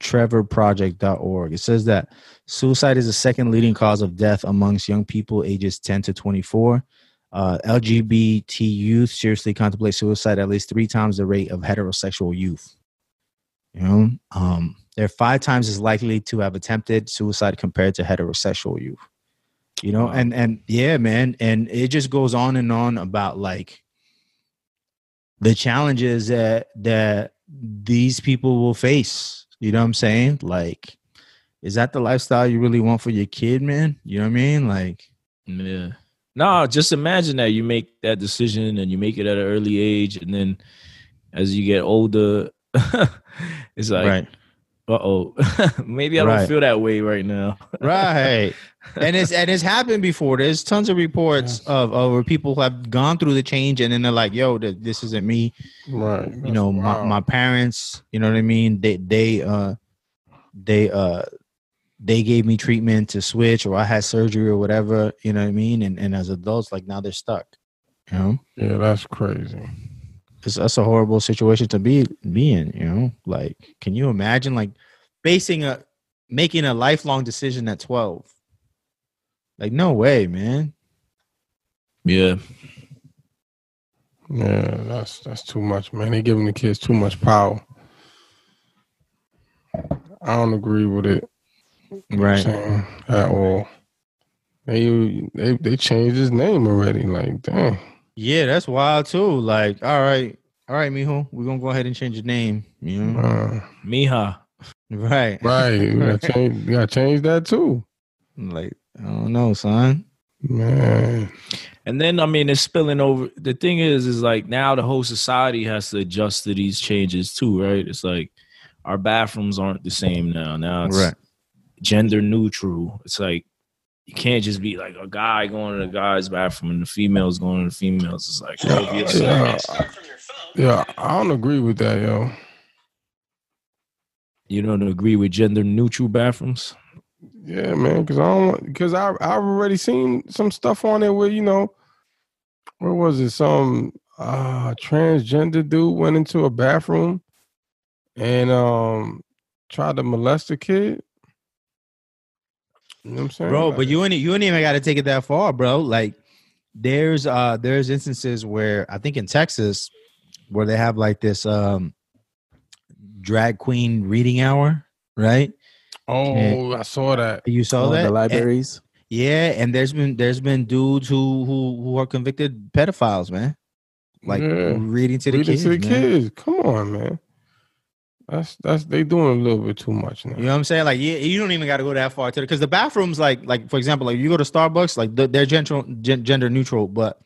C: trevorproject.org it says that suicide is the second leading cause of death amongst young people ages 10 to 24 uh, lgbt youth seriously contemplate suicide at least three times the rate of heterosexual youth you know um, they're five times as likely to have attempted suicide compared to heterosexual youth you know
A: Wow.
C: and and yeah man and it just goes on and on about like the challenges that that these people will face you know what i'm saying like is that the lifestyle you really want for your kid man you know what i mean like
A: Yeah. No, just imagine that you make that decision and you make it at an early age, and then as you get older, <laughs> it's like, <laughs>
C: right
A: uh oh, <laughs> maybe I
C: Right.
A: don't feel that way right now.
C: right and it's and it's happened before there's tons of reports of, of where people who have gone through the change and then they're like yo th- this isn't me
B: Right. That's
C: you know
B: wild.
C: my, my parents you know what i mean they they uh they uh they gave me treatment to switch or i had surgery or whatever you know what i mean and, and as adults like now they're stuck you know
B: Yeah, that's crazy.
C: it's, that's a horrible situation to be be in you know like can you imagine like basing a making a lifelong decision at 12 like no way man
A: Yeah.
B: Yeah, that's that's too much, man. They giving the kids too much power. I don't agree with it.
C: right
B: saying, at all. They they they changed his name already. Like, dang.
C: yeah that's wild too like all right all right mijo we're gonna go ahead and change your name you know
B: Uh,
A: Mija.
C: right
B: right. You
C: <laughs>
B: gotta change you gotta change that too.
C: like i don't know son
B: Man.
A: And then I mean it's spilling over. The thing is, is like now the whole society has to adjust to these changes too, right? It's like our bathrooms aren't the same now. Now it's
C: right
A: gender neutral. It's like you can't just be like a guy going to the guy's bathroom and the females going to the females. It's like
B: Yeah,
A: obvious.
B: yeah, yeah, I don't agree with that, yo.
A: You don't agree with gender neutral bathrooms?
B: Yeah, man, because I don't because I I've already seen some stuff on there where you know, where was it? Some uh transgender dude went into a bathroom and um tried to molest a kid. You know what I'm saying,
C: bro
B: Like,
C: but you ain't you ain't even got to take it that far bro like there's uh there's instances where i think in texas where they have like this um drag queen reading hour, right?
B: Oh, I saw that.
C: You saw
E: Oh,
C: that eh,
E: the
C: And-
E: libraries.
C: yeah, and there's been there's been dudes who who who are convicted pedophiles, man. Like
B: Yeah.
C: reading to the
B: Read it
C: kids.
B: to the
C: man.
B: kids. Come on, man. That's that's they doing a little bit too much now.
C: You know what I'm saying? Like, you, you don't even got to go that far to because the bathrooms, like, like for example, like you go to Starbucks, like the, they're gender gen, gender neutral, but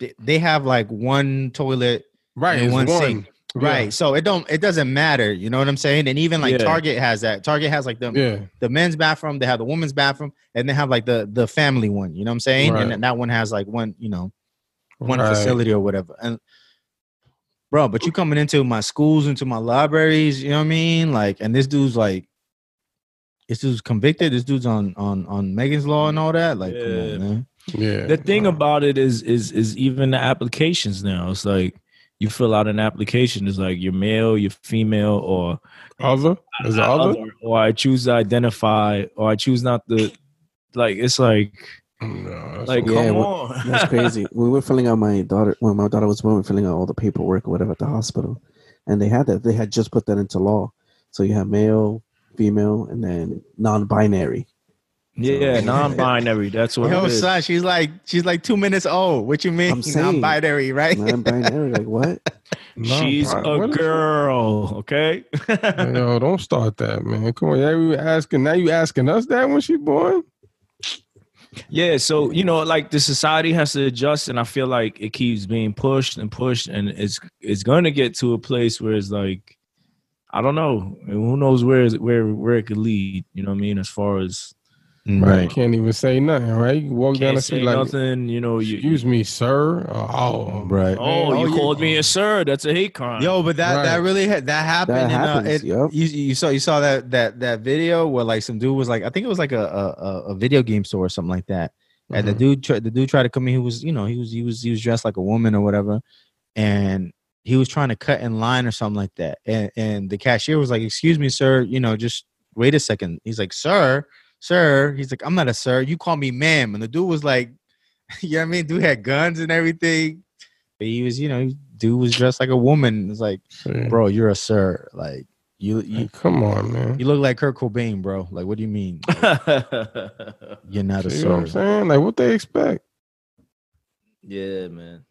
C: they, they have like one toilet,
B: Right,
C: In
B: it's
C: one
B: one.
C: sink. right? So it don't it doesn't matter. You know what I'm saying? And even like
A: Yeah.
C: Target has that. Target has like the
B: Yeah.
C: the men's bathroom, they have the women's bathroom, and they have like the the family one. You know what I'm saying?
B: Right.
C: And then that one has like one, you know, one
B: Right.
C: facility or whatever. And bro, but you coming into my schools, into my libraries, you know what I mean? Like, and this dude's like, this dude's convicted. This dude's on on on Megan's Law and all that. Like, come
A: Yeah.
C: on, man.
B: Yeah.
A: the thing
B: Nah.
A: about it is is is even the applications now. It's like you fill out an application. It's like you're male, you're female, or
B: other is it other.
A: or I choose to identify, or I choose not to. Like it's like
B: No, that's
A: like
B: a-
E: Yeah,
A: come
E: what-
A: on.
E: That's crazy. when we were filling out my daughter, when my daughter was born, we were filling out all the paperwork or whatever at the hospital, and they had that. They had just put that into law. So you have male, female, and then non-binary.
A: yeah, non-binary. That's what
C: Yo,
A: it is.
C: son, she's like she's like two minutes old. What you mean? <laughs>
E: I'm saying.
C: Non-binary, right?
E: Non-binary,
C: <laughs>
E: like what?
B: nah,
A: She's
B: bro,
A: a
B: what is-
A: girl. Okay.
B: <laughs> Yo, don't start that, man. Come on, yeah, we were asking. Now you asking us that when she born?
A: Yeah, so you know, like the society has to adjust, and I feel like it keeps being pushed and pushed, and it's it's going to get to a place where it's like, I don't know, and who knows where is- where where it could lead. You know what I mean? As far as
C: <laughs>
B: Right. Can't even say nothing, right? You walk down
A: can't
B: the
A: say
B: street like,
A: nothing. You know, you,
B: excuse me, sir. Oh,
C: Right.
A: oh,
C: Oh,
A: you
C: you-
A: called me a sir. That's a hate crime.
C: Yo, but that that
B: Right.
C: really ha- that happened.
E: That
C: and,
E: happens,
C: uh, it- <laughs>
E: yup.
C: you, you saw you saw that that that video where like some dude was like I think it was like a a, a- a video game store or something like that, and
B: Mm-hmm.
C: the dude tr- the dude tried to come in. He was you know he was he was he was dressed like a woman or whatever, and he was trying to cut in line or something like that. And and the cashier was like, "Excuse me, sir. You know, just wait a second. He's like, "Sir, sir." He's like, "I'm not a sir. You call me ma'am." And the dude was like, <laughs> "You know what I mean? Dude had guns and everything." But he was, you know, dude was dressed like a woman. It's like
B: Shit.
C: bro, you're a sir. Like you, you,
B: Like, come on, man.
C: you look like Kurt Cobain, bro. Like, what do you mean?
A: <laughs>
C: You're not a
B: See what I'm
C: sir.
B: saying? Like what they expect?
A: yeah, man.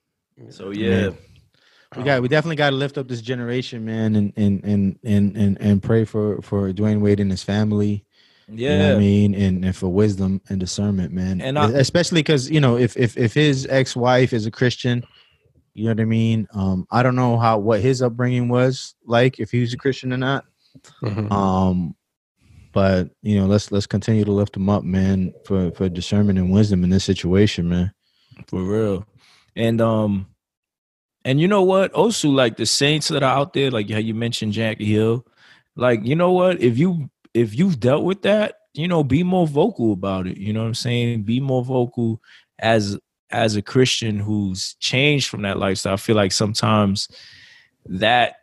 A: So yeah,
C: We
B: <laughs>
A: Oh.
C: got, we definitely got to lift up this generation, man, and and and and and, and pray for for Dwayne Wade and his family. You know what
A: yeah.
C: I mean, and, and for wisdom and discernment, man.
A: And
C: And
A: I-
C: especially because you know, if if if his ex wife is a Christian, you know what I mean. Um, I don't know how what his upbringing was like, if he was a Christian or not.
A: Mm-hmm.
B: Mhm.
C: Um, but you know, let's let's continue to lift them up, man, for for discernment and wisdom in this situation, man.
A: For real. And um and you know what? Also like the saints that are out there, like how you mentioned Jackie Hill, like you know what? If you if you've dealt with that, you know, be more vocal about it. You know what I'm saying? Be more vocal as as a Christian who's changed from that lifestyle. I feel like sometimes that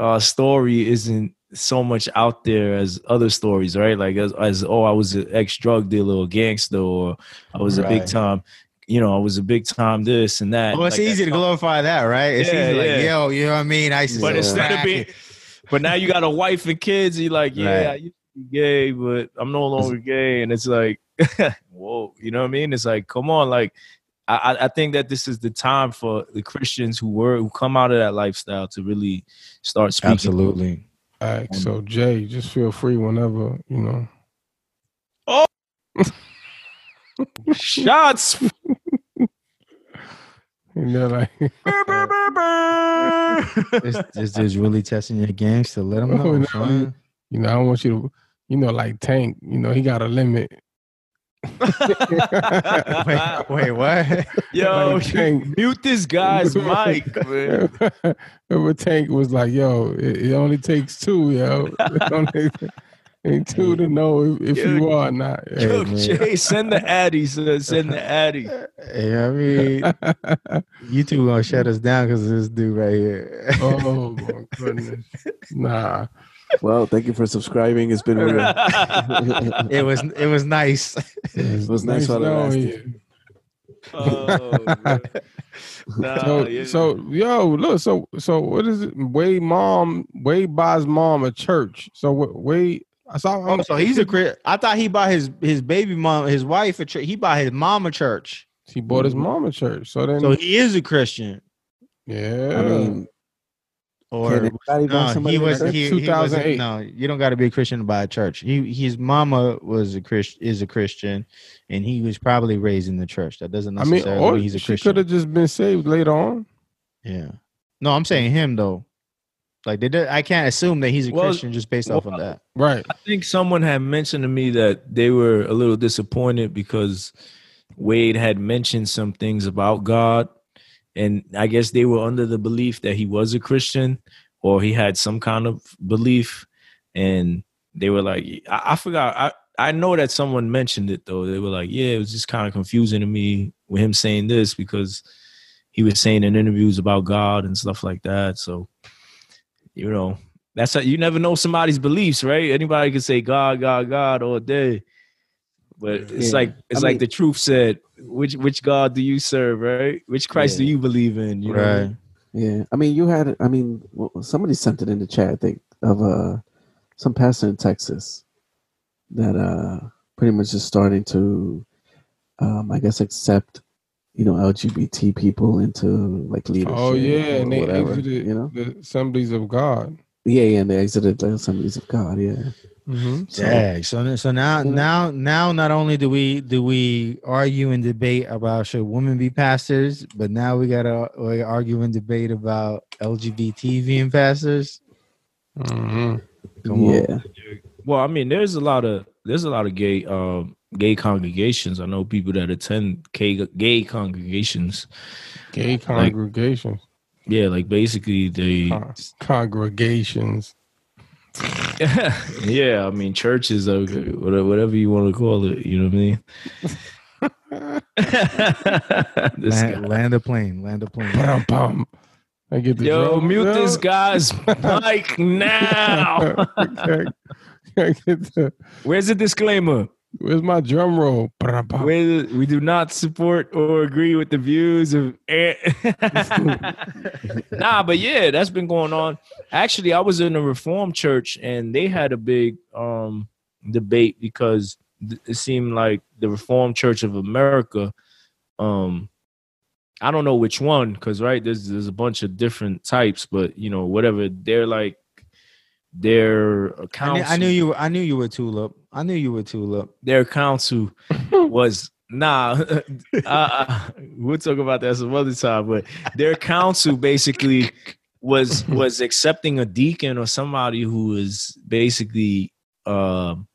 A: uh story isn't so much out there as other stories, right? Like as, as oh, I was an ex drug dealer or gangster or I was a big
C: Right.
A: time you know, I was a big time this and that.
C: Well, Oh, it's
A: Like,
C: easy to
A: that's-
C: glorify that, right? It's
A: Yeah,
C: easy, like,
A: yeah.
C: yo, you know what I mean? I used to
A: But
C: sell
A: instead of
C: crack.
A: being, but now you got a wife and kids. And you're like, yeah,
C: Right.
A: I used to be gay, but I'm no longer gay, and it's like, <laughs> whoa, you know what I mean? It's like, come on, like, I I- I think that this is the time for the Christians who were who come out of that lifestyle to really start speaking.
C: absolutely.
B: All right,
C: um,
B: so Jay, just feel free whenever you know. <laughs>
C: <laughs>
A: Shots. <laughs>
B: And they're like,
C: This, this dude's really testing your gangs to let him
B: Oh,
C: know.
B: no,
C: son.
B: you know, I don't want you to, you know, like Tank. You know, he got a limit. <laughs>
C: <laughs> Wait,
A: <laughs>
C: wait, what?
A: Yo,
B: Like Tank.
A: mute this guy's mic, man.
B: <laughs> Remember Tank was like, "Yo, it, it only takes two, yo.
A: <laughs>
B: It only takes two to know if, if you are or not." yo.
A: <laughs> Yo,
C: man.
A: Jay, send the addy, son. Send the
B: <laughs>
A: addy.
C: Hey, I mean, you two gonna shut us down because this dude right here.
B: oh my goodness! Nah,
E: Well, thank you for subscribing. It's been
C: <laughs>
E: real. <laughs>
C: it was it was nice.
E: It was nice while it
B: knowing
E: lasted.
B: you.
A: Oh, man. nah,
B: So,
A: yeah.
B: so yo, look, so so what is it? Wade mom, Wade buys mom a church. So what Wade I saw
C: <laughs> Oh, so he's a Chri- I thought he bought his his baby mom, his wife a church. He bought his mom a church.
B: he bought his mom a church. So then
C: Mm-hmm. So he is a Christian.
B: yeah.
E: I mean,
C: Or
E: Can anybody buy
C: no,
E: somebody
C: he
E: a
C: was
E: church?
C: he, he wasn't.
B: 2008.
C: No, you don't got to be a Christian to buy a church. He his mama was a Christ is a Christian, and he was probably raised in the church. That doesn't
B: I mean,
C: necessarily
B: or
C: mean he's a
B: she could
C: Christian.
B: have just been saved later on.
C: Yeah. No, I'm saying him though. Like they did, I can't assume that he's a
A: Well,
C: Christian just based off of
A: well,
C: that.
B: Right.
A: I think someone had mentioned to me that they were a little disappointed because Wade had mentioned some things about God, and I guess they were under the belief that he was a Christian or he had some kind of belief, and they were like, I, I forgot. I I know that someone mentioned it though. They were like, yeah, it was just kind of confusing to me with him saying this because he was saying in interviews about God and stuff like that. So, you know, that's how you never know somebody's beliefs, right? Anybody can say God, God, God all day, but it's
E: Yeah.
A: like it's
E: I
A: like
E: mean-
A: the truth said. Which which God do you serve, right? Which Christ do
C: Yeah.
A: you believe in? You know what I mean?
E: yeah. I mean, you had. I mean, w- somebody sent it in the chat. I think of uh, some pastor in Texas that uh, pretty much is starting to, um, I guess, accept, you know, LGBT people into like leadership.
B: Oh yeah,
E: or
B: and they
E: whatever.
B: exited
E: You know.
B: the assemblies of God.
E: Yeah, yeah. And they exited the Assemblies of God. Yeah.
B: Mm-hmm.
E: So,
C: Yeah. So so now
E: Yeah.
C: now now not only do we do we argue and debate about should women be pastors, but now we gotta we argue and debate about LGBT being pastors.
B: Mm-hmm.
C: Come on.
E: yeah.
A: Well, I mean, there's a lot of there's a lot of gay um gay congregations. I know people that attend gay gay congregations.
B: Gay congregations,
A: Yeah, like basically they
B: Con- congregations.
A: <laughs> yeah, I mean churches or whatever whatever you want to call it, you know what I mean? <laughs> this
C: Land,
A: guy.
C: land a plane, land a plane.
B: Bum, bum. I get the
A: Yo,
B: drum.
A: mute
B: Yo. <laughs>
A: this guy's mic now.
B: Okay. I get the-
A: Where's the disclaimer?
B: Where's my drum roll? Bum, bum.
A: Where we do not support or agree with the views of. nah, but yeah, that's been going on. Actually, I was in a Reformed church and they had a big um, debate because th- it seemed like the Reformed Church of America. Um, I don't know which one because right there's there's a bunch of different types, but you know whatever they're like their
C: I knew,
A: accounts
C: I knew you. I knew you were tulip. I knew you were tulip.
A: their counsel was nah. <laughs> uh, uh, we'll talk about that some other time. But their counsel basically was was accepting a deacon or somebody who is basically um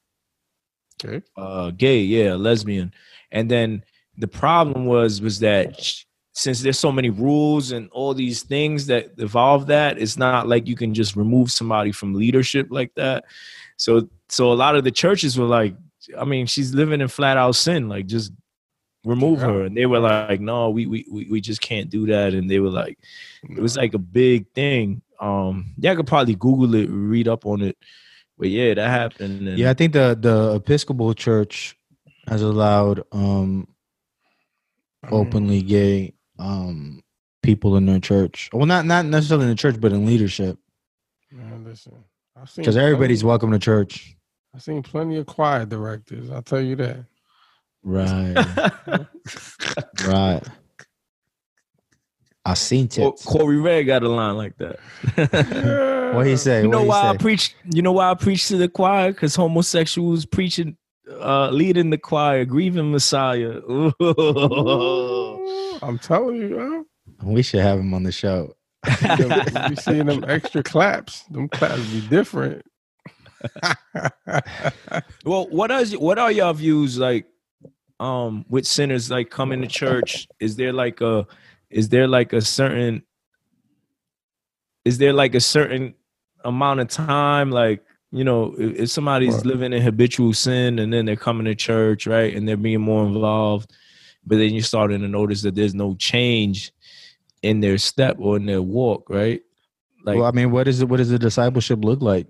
B: Gay?
A: uh, gay, yeah, lesbian. And then the problem was was that sh- since there's so many rules and all these things that evolve that, it's not like you can just remove somebody from leadership like that. So so a lot of the churches were like, I mean, she's living in flat out sin. Like, just remove her. And they were like, no, we we we we just can't do that. And they were like, it was like a big thing. Um, yeah, I could probably Google it, read up on it. But yeah, that happened. And
C: Yeah, I think the the Episcopal Church has allowed um
A: Mm-hmm.
C: openly gay um people in their church. Well, not not necessarily in the church, but in leadership,
B: Man, listen. I've seen
C: because
B: plenty-
C: everybody's welcome to church.
B: I've seen plenty of choir directors. I'll tell you that.
A: <laughs>
C: Right, right. I seen
A: Cor-
C: it.
A: Corey Red got a line like
C: <laughs>
A: that. <laughs>
C: What he say?
A: you know
C: what
A: why I
C: he say?
A: preach? You know why I preach to the choir? Because homosexuals preaching, uh, leading the choir, grieving Messiah. <laughs> Ooh.
B: <laughs> I'm telling you, yo.
C: we should have him on the show.
A: <laughs>
B: you know, you see them extra claps. Them claps be different.
A: Well, what are what are your views like um with sinners like coming to church? Is there like a is there like a certain is there like a certain amount of time like you know if, if somebody's
B: Right.
A: living in habitual sin and then they're coming to church right and they're being more involved but then you're starting to notice that there's no change in their step or in their walk right like
C: well, I mean, what is it? What does the discipleship look like?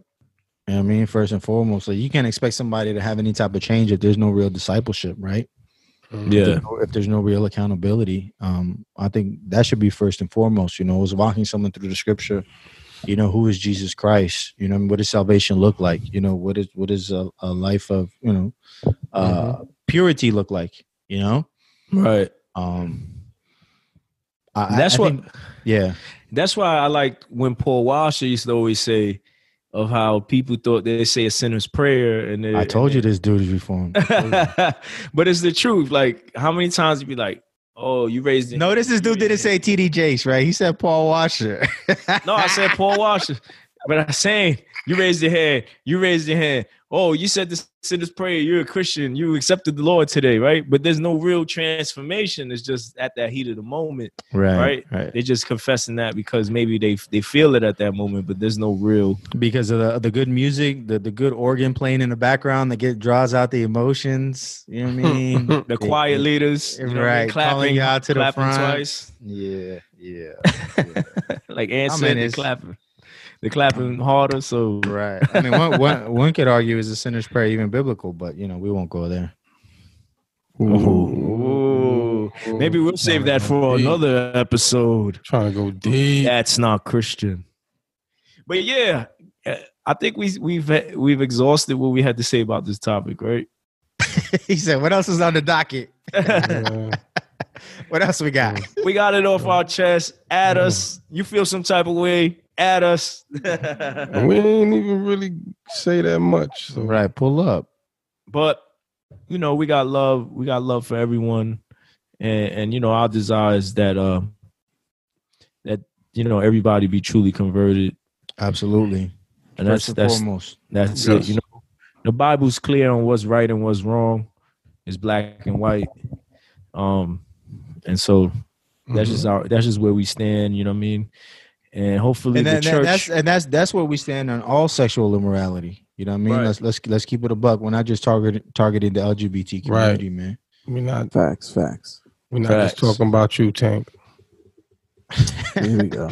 C: You know what I mean, first and foremost, like you can't expect somebody to have any type of change if there's no real discipleship, right? If
A: Yeah.
C: there's no- if there's no real accountability um i think that should be first and foremost you know is walking someone through the scripture you know who is jesus christ you know what does salvation look like you know what is what is a, a life of you know uh purity look like you know
A: Right.
C: um I- I-
A: That's
C: I
A: what
C: think- yeah
A: That's why I like when Paul Washer used to always say of how people thought they say a sinner's prayer and they,
C: i told you this dude is <laughs> reformed
A: <laughs> but it's the truth. Like how many times you be like, "Oh, you raised in-
C: notice this dude didn't say td jakes right he said paul washer
A: <laughs> No, I said Paul Washer. But I'm saying you raised your hand. You raised your hand. Oh, you said this sinner's prayer. You're a Christian. You accepted the Lord today, right? But there's no real transformation. It's just at that heat of the moment.
C: <laughs> right
A: Right.
C: right
A: They're just confessing that because maybe they they feel it at that moment, but there's no real
C: because of the, the good music, the, the good organ playing in the background that get draws out the emotions. You know <laughs> what I mean?
A: the quiet leaders, you know, what I mean?
C: Right, calling you out to the
A: clapping
C: front.
A: twice, <laughs>
C: Yeah, yeah.
A: like
C: I
A: Ann
C: mean,
A: said, they're
C: it's-
A: clapping, they're
C: Um,
A: clapping harder. So
C: Right. I mean, one, one, one could argue is a sinner's prayer even biblical, but you know we won't go there.
A: Ooh. maybe we'll save that for another episode.
B: Trying to go deep.
A: That's not Christian. But yeah, eh, I think we we've we've exhausted what we had to say about this topic, right?
C: <laughs> he said, "What else is on the docket?
B: Yeah.
C: What else we got?"
A: <laughs> we got it off our chest. Add us. You feel some type of way? Add
C: <laughs>
A: us.
B: And we ain't even really say that much. So.
C: <laughs> right. Pull up.
A: but you know we got love we got love for everyone and and you know our desire is that uh that you know everybody be truly converted
C: Absolutely.
A: and that's
C: First and
A: that's
C: foremost.
A: that's it
B: Yes.
A: you know the bible's clear on what's right and what's wrong it's black and white um and so that's
B: Mm-hmm.
C: Mm-hmm.
A: just our that's just where we stand you know what i mean and hopefully
C: and
A: the
C: that, that-
A: church
C: that's and that's that's where we stand on all sexual immorality. You know what I mean?
A: Right.
C: Let's let's let's keep it a buck. We're not just targeting targeting the LGBT
B: Right.
C: community, man.
B: We're not.
E: Facts, facts.
B: We're not just
A: Facts.
B: talking about you, Tank.
E: Here
B: <laughs>
E: we go.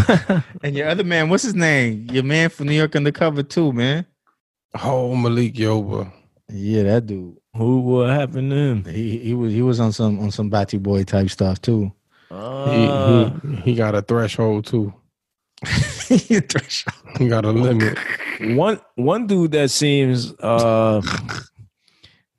C: <laughs> And your other man, what's his name? Your man from New York Undercover too, man.
B: Oh, Malik Yoba.
C: Yeah, that dude.
A: who what happened to him
C: He he was he was on some on some Batty Boy type stuff too.
B: He,
A: Uh,
B: he, he got a
A: <laughs>
B: threshold too.
C: Threshold.
B: He got
A: <laughs>
B: a limit.
A: one one dude that seems uh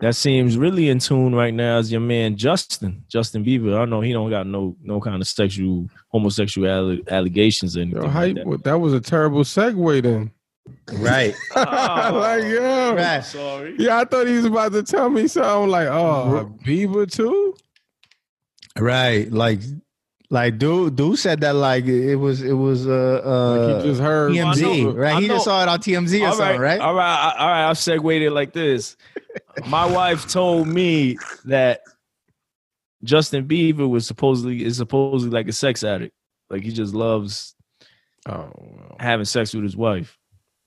A: that seems really in tune right now is your man Justin Justin Bieber. I know he don't got no no kind of sexual homosexual alle- allegations or anything.
B: Yo,
A: like
B: hype.
A: that.
B: That. was a terrible segue then. <laughs>
C: right.
A: Oh.
B: like, yo.
C: Right.
A: Sorry.
B: Yeah, I thought he was about to tell me something like, oh, Bieber too?
C: <laughs> Right. Like like dude dude said that like it was it was uh uh
B: Like he just heard.
A: I know.
C: TMZ, right?
A: I
C: He
A: know.
C: just saw it on TMZ or
A: All right,
C: something, right?
A: all right, all right. I've segued it like this. My wife told me that Justin Bieber was supposedly is supposedly like a sex addict. Like he just loves
B: Oh, well.
A: having sex with his wife.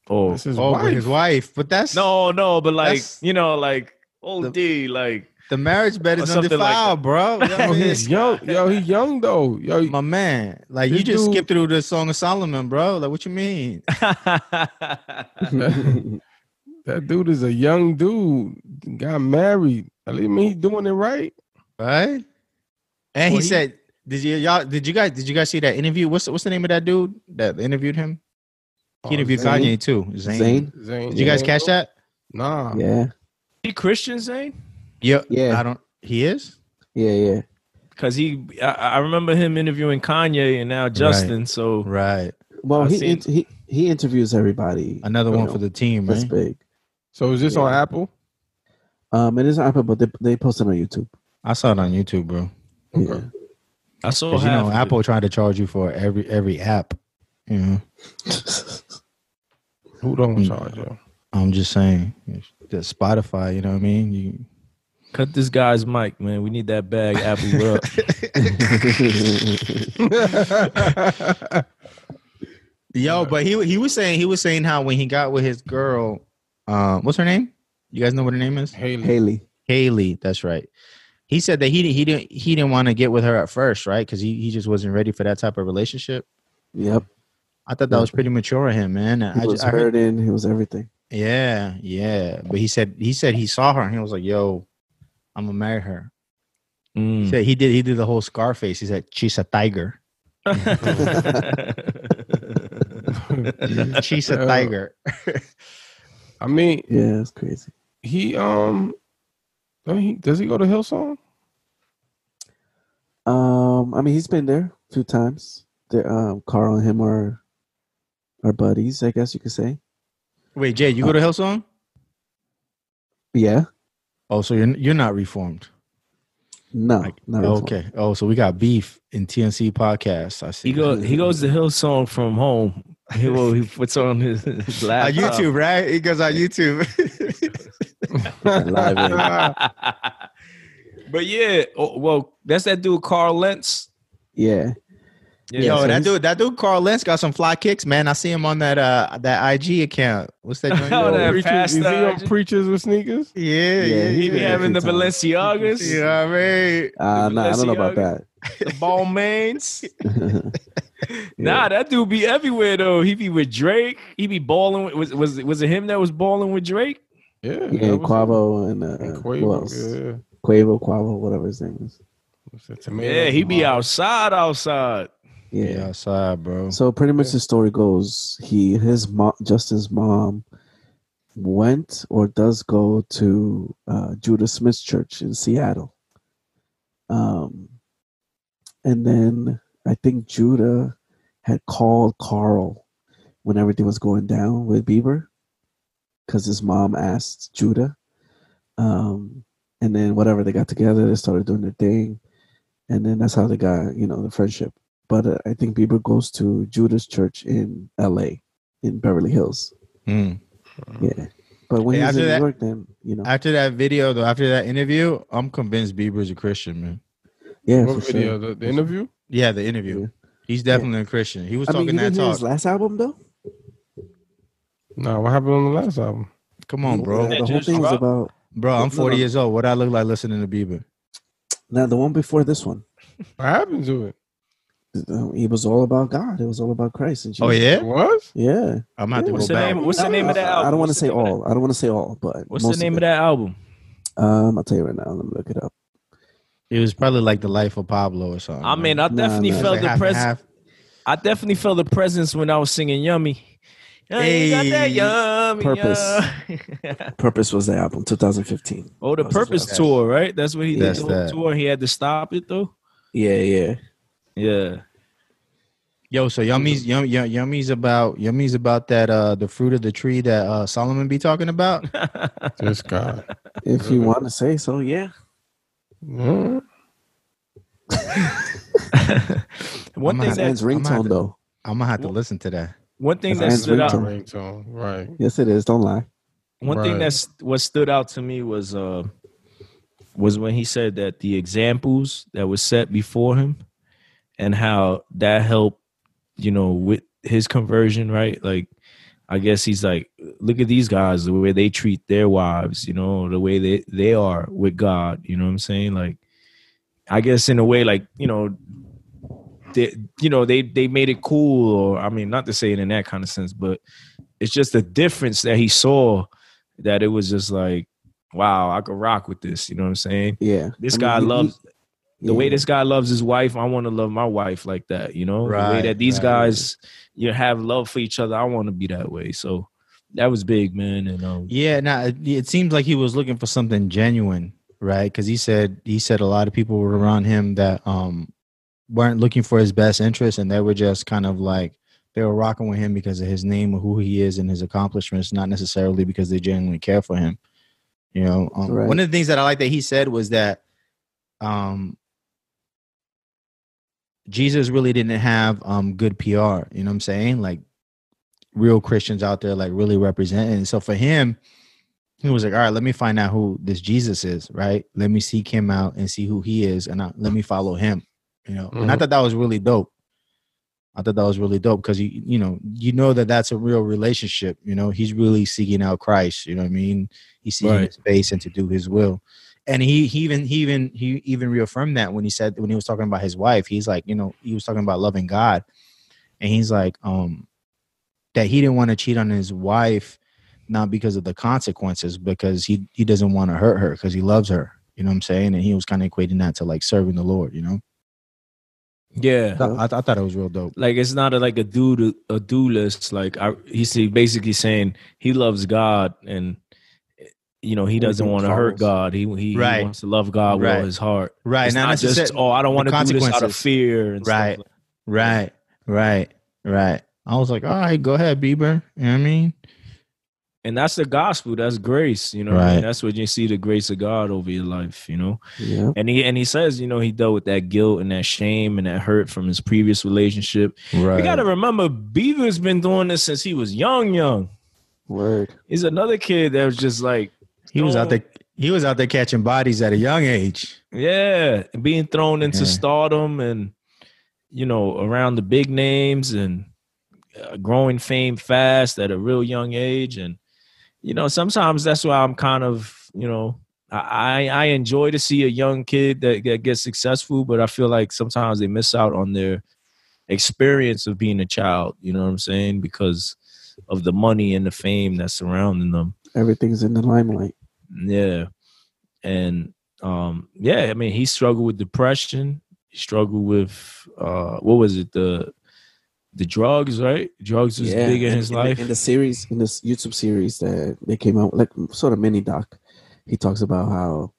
A: Or
B: This is
C: Oh, with
B: wife.
C: his wife. But that's
A: No, no, but like
C: That's-
A: you know, like old D,
C: <laughs>
A: like
C: the marriage bed
A: Or
C: is
A: something like
C: undefiled, bro. You know what I
B: Yo,
C: mean? <laughs>
B: he's <laughs> young. Yo, he young though. Yo,
C: My man. Like
B: This
C: you just
B: dude-
C: skipped through the Song of Solomon, bro. Like what you mean?
B: that dude is a young dude. Got married. I mean, he doing it right.
C: Right? And
B: Well,
C: he,
B: he-
C: said, "Did you y'all? Did you guys? Did you guys see that interview? What's what's the name of that dude that interviewed him? He
B: Oh,
C: interviewed
B: Zayn.
C: Kanye too. Zayn.
E: Zane?
B: Zayn-
C: Did you guys
B: Zayn
C: catch
B: though?
C: that?
B: Nah.
E: <laughs> Yeah.
A: he Christian Zane?
C: Yeah.
E: Yeah.
C: I don't. He is.
E: Yeah, yeah.
A: Cause he I, I remember him interviewing Kanye and now Justin. So
C: Right.
E: Well,
A: I've
E: he,
A: seen-
E: int- he he interviews everybody.
C: Another
E: you
C: one
E: know,
C: for the team,
E: That's
C: right?
E: big.
B: So is this
E: Yeah.
B: on Apple?
E: Um, it is on Apple, but they, they post it on YouTube.
C: I saw it on YouTube, bro.
E: Yeah.
A: I saw
C: 'Cause, you
A: half
C: know,
A: of it.
C: Apple tried to charge you for every every app. You know,
B: Who don't
C: Mm.
B: charge yo?
C: I'm just saying. The Spotify. You know what I mean? You,
A: Cut this guy's mic, man. We need that bag Apple we're
C: <laughs>
A: up.
E: <laughs>
C: Yo, but he he was saying he was saying how when he got with his girl, um, what's her name? You guys know what her name is?
B: Haley.
E: Haley.
C: <laughs> Haley, that's right. He said that he he didn't he didn't want to get with her at first, right? Because he, he just wasn't ready for that type of relationship.
E: Yep.
C: I thought that was pretty mature of him, man.
E: He
C: I
E: was
C: just, I heard,
E: heard in. He was everything.
C: yeah, yeah. But he said he said he saw her and he was like, "Yo, I'm gonna marry her,"
A: Hmm.
C: <laughs> He said he did. He did the whole Scarface. He said she's a tiger.
A: Mm.
C: She's a
B: Yeah.
C: tiger.
B: I mean,
E: Yeah, it's crazy.
B: he um, don't he- does he go to Hillsong?
E: Um, I mean, he's been there a few times. The, um, Carl and him are are buddies, I guess you could say.
C: Wait, Jay, you go to Hillsong?
E: Yeah,
C: Oh, so you're you're not reformed.
E: no,
C: Like,
E: not at all.
C: okay. Oh, so we got beef in TNC podcast. I see.
A: he go he goes to Hillsong from home. He well, he puts on his,
C: <laughs>
A: his
C: on
A: laptop.
C: YouTube, right? He goes on YouTube. <laughs>
B: <laughs>
E: live
A: <laughs>
E: aid.
A: but yeah, oh, well, that's that dude Carl Lentz.
E: Yeah,
A: Yeah,
C: Yo,
E: so
C: that
E: he's-
C: dude, that dude Carl Lentz got some fly kicks, man. I see him on that uh that IG account. What's that? joint?
A: Oh, that-
B: Preachers, is he on
A: pastor.
B: preachers with sneakers?
C: yeah, yeah,
E: Yeah,
A: he be
E: yeah,
A: having the
E: every
C: <laughs>
E: time.
A: Balenciagas,
C: You know what I mean?
E: uh, nah, I don't know about that.
A: the Balmains.
B: <laughs>
A: Nah,
E: <laughs> Yeah.
A: that dude be everywhere though. He be with Drake. He be balling. With, was was was it him that was balling with Drake?
B: Yeah,
E: yeah,
B: that
E: and
B: was-
E: Quavo and, uh,
B: and
E: who
B: Quavo,
E: else?
B: yeah.
E: Quavo, Quavo, whatever his name is.
B: What's that, tomato,
A: Yeah, he be
B: tomato?
A: outside, outside.
E: Yeah.
C: Yeah, outside, bro.
E: So pretty much the story goes, he his mom, Justin's mom, went or does go to uh, Judah Smith's church in Seattle, um, and then I think Judah had called Carl when everything was going down with Bieber, because his mom asked Judah, um, and then whatever they got together, they started doing their thing, and then that's how they got you know the friendship but uh, I think Bieber goes to Judas Church in L.A. in Beverly Hills.
C: Hmm.
E: Yeah, but when
C: Hey,
E: he was
C: after
E: in
C: that-
E: New York, then you know,
C: After that video, though, after that interview, I'm convinced Bieber's a Christian, man.
E: yeah,
B: What
E: for
B: video?
E: sure.
B: The, the interview?
C: Yeah, the interview.
E: Yeah.
C: He's definitely a Christian. He was
E: I mean,
C: talking
E: you
C: that
E: didn't hear
C: talk.
E: his last album though.
B: Nah, what happened on the last album?
C: Come on, bro.
E: Yeah,
A: That
E: the whole
A: just
E: thing was
A: dropped?
E: about
C: Bro, I'm
E: No,
C: 40
E: no.
C: years old. What I look like listening to Bieber?
E: now the one before this one.
B: What happened to it?
E: uh, It was all about God. It was all about Christ and Jesus.
C: Oh yeah,
B: What?
E: yeah.
C: I'm gonna have to
A: What's
C: go
A: the
C: back.
A: name? What's the name of that
E: I-
A: album?
E: I don't want to
A: What's
E: say
A: the name of
E: all. I don't want to say all, but
A: What's the name of
E: it.
A: that album?
E: Um, I'll tell you right now. Let me look it up.
C: It was probably like the life of Pablo or something.
A: I mean, I
E: Nah,
A: definitely
E: nah.
C: It's
A: felt
C: like half
A: the
C: and
A: presence.
C: half.
A: I definitely felt the presence when I was singing "Yummy." Yeah, you got that
C: Hey.
A: yummy.
E: Purpose.
A: yum.
E: Purpose was the album, 2015.
A: oh, the
E: That was his
A: Purpose
E: last-
A: tour, right? That's what he did.
C: That's
A: the whole
C: that.
A: tour. He had to stop it though.
E: Yeah, yeah.
A: Yeah. <laughs>
C: Yo, so yummy's yum, yum, yummy's about yummy's about that uh the fruit of the tree that uh Solomon be talking about.
B: This
A: <laughs>
B: guy.
C: <laughs>
E: If you want to say so, yeah.
B: Yeah.
A: one
C: I'm
A: thing
E: His
C: not-
A: that
C: I'm
E: man's
C: gonna have
E: ringtone
C: to-
E: though.
C: I'm gonna have to listen to that.
A: one thing that
E: That's
A: stood out
E: Ringtone.
B: Ringtone, right.
E: Yes, it is. Don't lie.
A: One thing
B: Right.
A: that's what stood out to me was uh was when he said that the examples that were set before him and how that helped, you know, with his conversion, right? Like I guess he's like, look at these guys, the way they treat their wives, you know, the way they, they are with God, you know what I'm saying? Like I guess in a way, like, you know, they you know, they they made it cool or I mean not to say it in that kind of sense, but it's just the difference that he saw that it was just like, wow, I could rock with this. You know what I'm saying?
E: Yeah.
A: This
E: I mean,
A: guy
E: he- he-
A: loves the way
E: yeah.
A: this guy loves his wife. I want to love my wife like that. You know, the way
C: Right,
A: that these
C: right,
A: guys you know, have love for each other. I want to be that way. So that was big, man. And um,
C: Yeah, now it, it seems like he was looking for something genuine, right? Because he said he said a lot of people were around him that um weren't looking for his best interest, and they were just kind of like they were rocking with him because of his name or who he is and his accomplishments, not necessarily because they genuinely care for him. You know, um,
E: Right.
C: one of the things that I like that he said was that um Jesus really didn't have um good PR. You know what I'm saying? Like real Christians out there, like really representing. So for him, he was like, "All right, let me find out who this Jesus is. Right? Let me seek him out and see who he is, and I, let me follow him." You know, and I
B: Mhm.
C: thought that was really dope. I thought that was really dope because you you know you know that that's a real relationship. You know, he's really seeking out Christ. You know what I mean? He's seeking
A: Right.
C: his face and to do his will. And he, he even he even he even reaffirmed that when he said when he was talking about his wife, he's like, you know, he was talking about loving God, and he's like, um, that he didn't want to cheat on his wife, not because of the consequences, because he he doesn't want to hurt her because he loves her. You know what I'm saying? And he was kind of equating that to like serving the Lord. You know,
A: Yeah.
C: I, I thought it was real dope.
A: Like it's not a, like a do a do list. Like I, he's basically saying he loves God and you know he
E: Everything
A: doesn't want to hurt
E: follows.
A: God. He he,
C: Right.
A: he wants to love God with all
C: Right.
A: his heart.
C: Right.
A: It's not just oh I don't want to do this out of
C: consequences.
A: fear. And stuff
C: Right.
A: like-
C: Right, right, right. I was like, all right, go ahead, Bieber. You know what I mean?
A: And that's the gospel. That's grace. You know, what I mean?
C: Right.
A: that's when you see the grace of God over your life. You know.
E: Yeah.
A: And he and he says, you know, he dealt with that guilt and that shame and that hurt from his previous relationship.
C: Right.
A: We gotta remember Beaver's been doing this since he was young, young.
E: Word.
A: He's another kid that was just like,
C: he was out there. He was out there catching bodies at a young age.
A: yeah, being thrown into
C: Yeah.
A: stardom and you know, around the big names and uh, growing fame fast at a real young age. And you know, sometimes that's why I'm kind of, you know, I I I enjoy to see a young kid that, that gets successful, but I feel like sometimes they miss out on their experience of being a child. You know what I'm saying? Because of the money and the fame that's surrounding them.
E: Everything's in the limelight.
A: Yeah. And um yeah, I mean he struggled with depression, he struggled with uh what was it, the the drugs, right? Drugs was big in
E: and-
A: his
E: and
A: life.
E: The, in the series, in this YouTube series that they came out, like sort of mini doc, he talks about how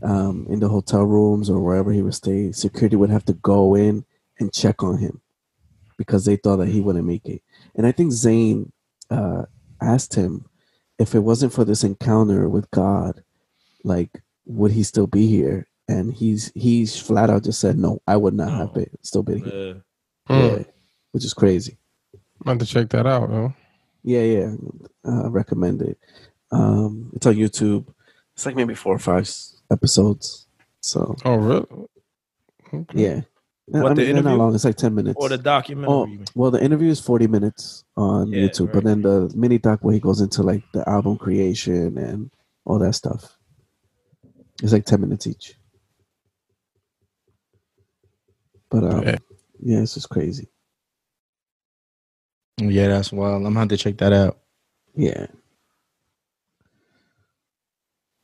E: um, in the hotel rooms or wherever he would stay, security would have to go in and check on him because they thought that he wouldn't make it. And I think Zayn uh, asked him if it wasn't for this encounter with God, like would he still be here? And he's he's flat out just said, "No, I would not have
A: No.
E: been still been here,"
A: Yeah.
B: Mm.
E: Yeah, which is crazy.
B: I'm about to check that out, yo.
E: Yeah, yeah. Uh, recommend it. Um, it's on YouTube. It's like maybe four or five s- episodes. So
B: Oh, really? Okay.
E: yeah, I-
A: What,
E: I
A: the
E: mean, they're not
A: interview?
E: long. It's like ten minutes.
A: or the documentary.
E: oh,
A: you mean.
E: well, the interview is forty minutes on
A: Yeah,
E: YouTube,
A: right.
E: but then the mini doc where he goes into like the album creation and all that stuff. It's like ten minutes each. But um,
B: Yeah.
E: yeah, it's just crazy.
C: Yeah, that's wild. I'm gonna have to check that out.
E: Yeah.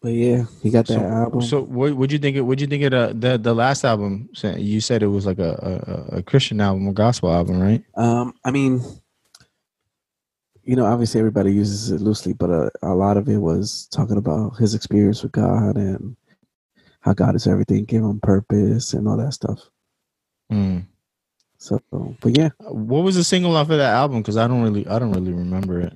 E: But yeah, he got that
C: so,
E: album.
C: so what would you think? It would you think it? Uh, the the last album Sa- you said it was like a a, a Christian album, a gospel album, right?
E: Um, I mean, you know, obviously everybody uses it loosely, but a, a lot of it was talking about his experience with God and how God is everything, gave him purpose and all that stuff.
C: Mm.
E: So, but yeah,
C: Uh, What was the single off of that album? Because I don't really, I don't really remember it.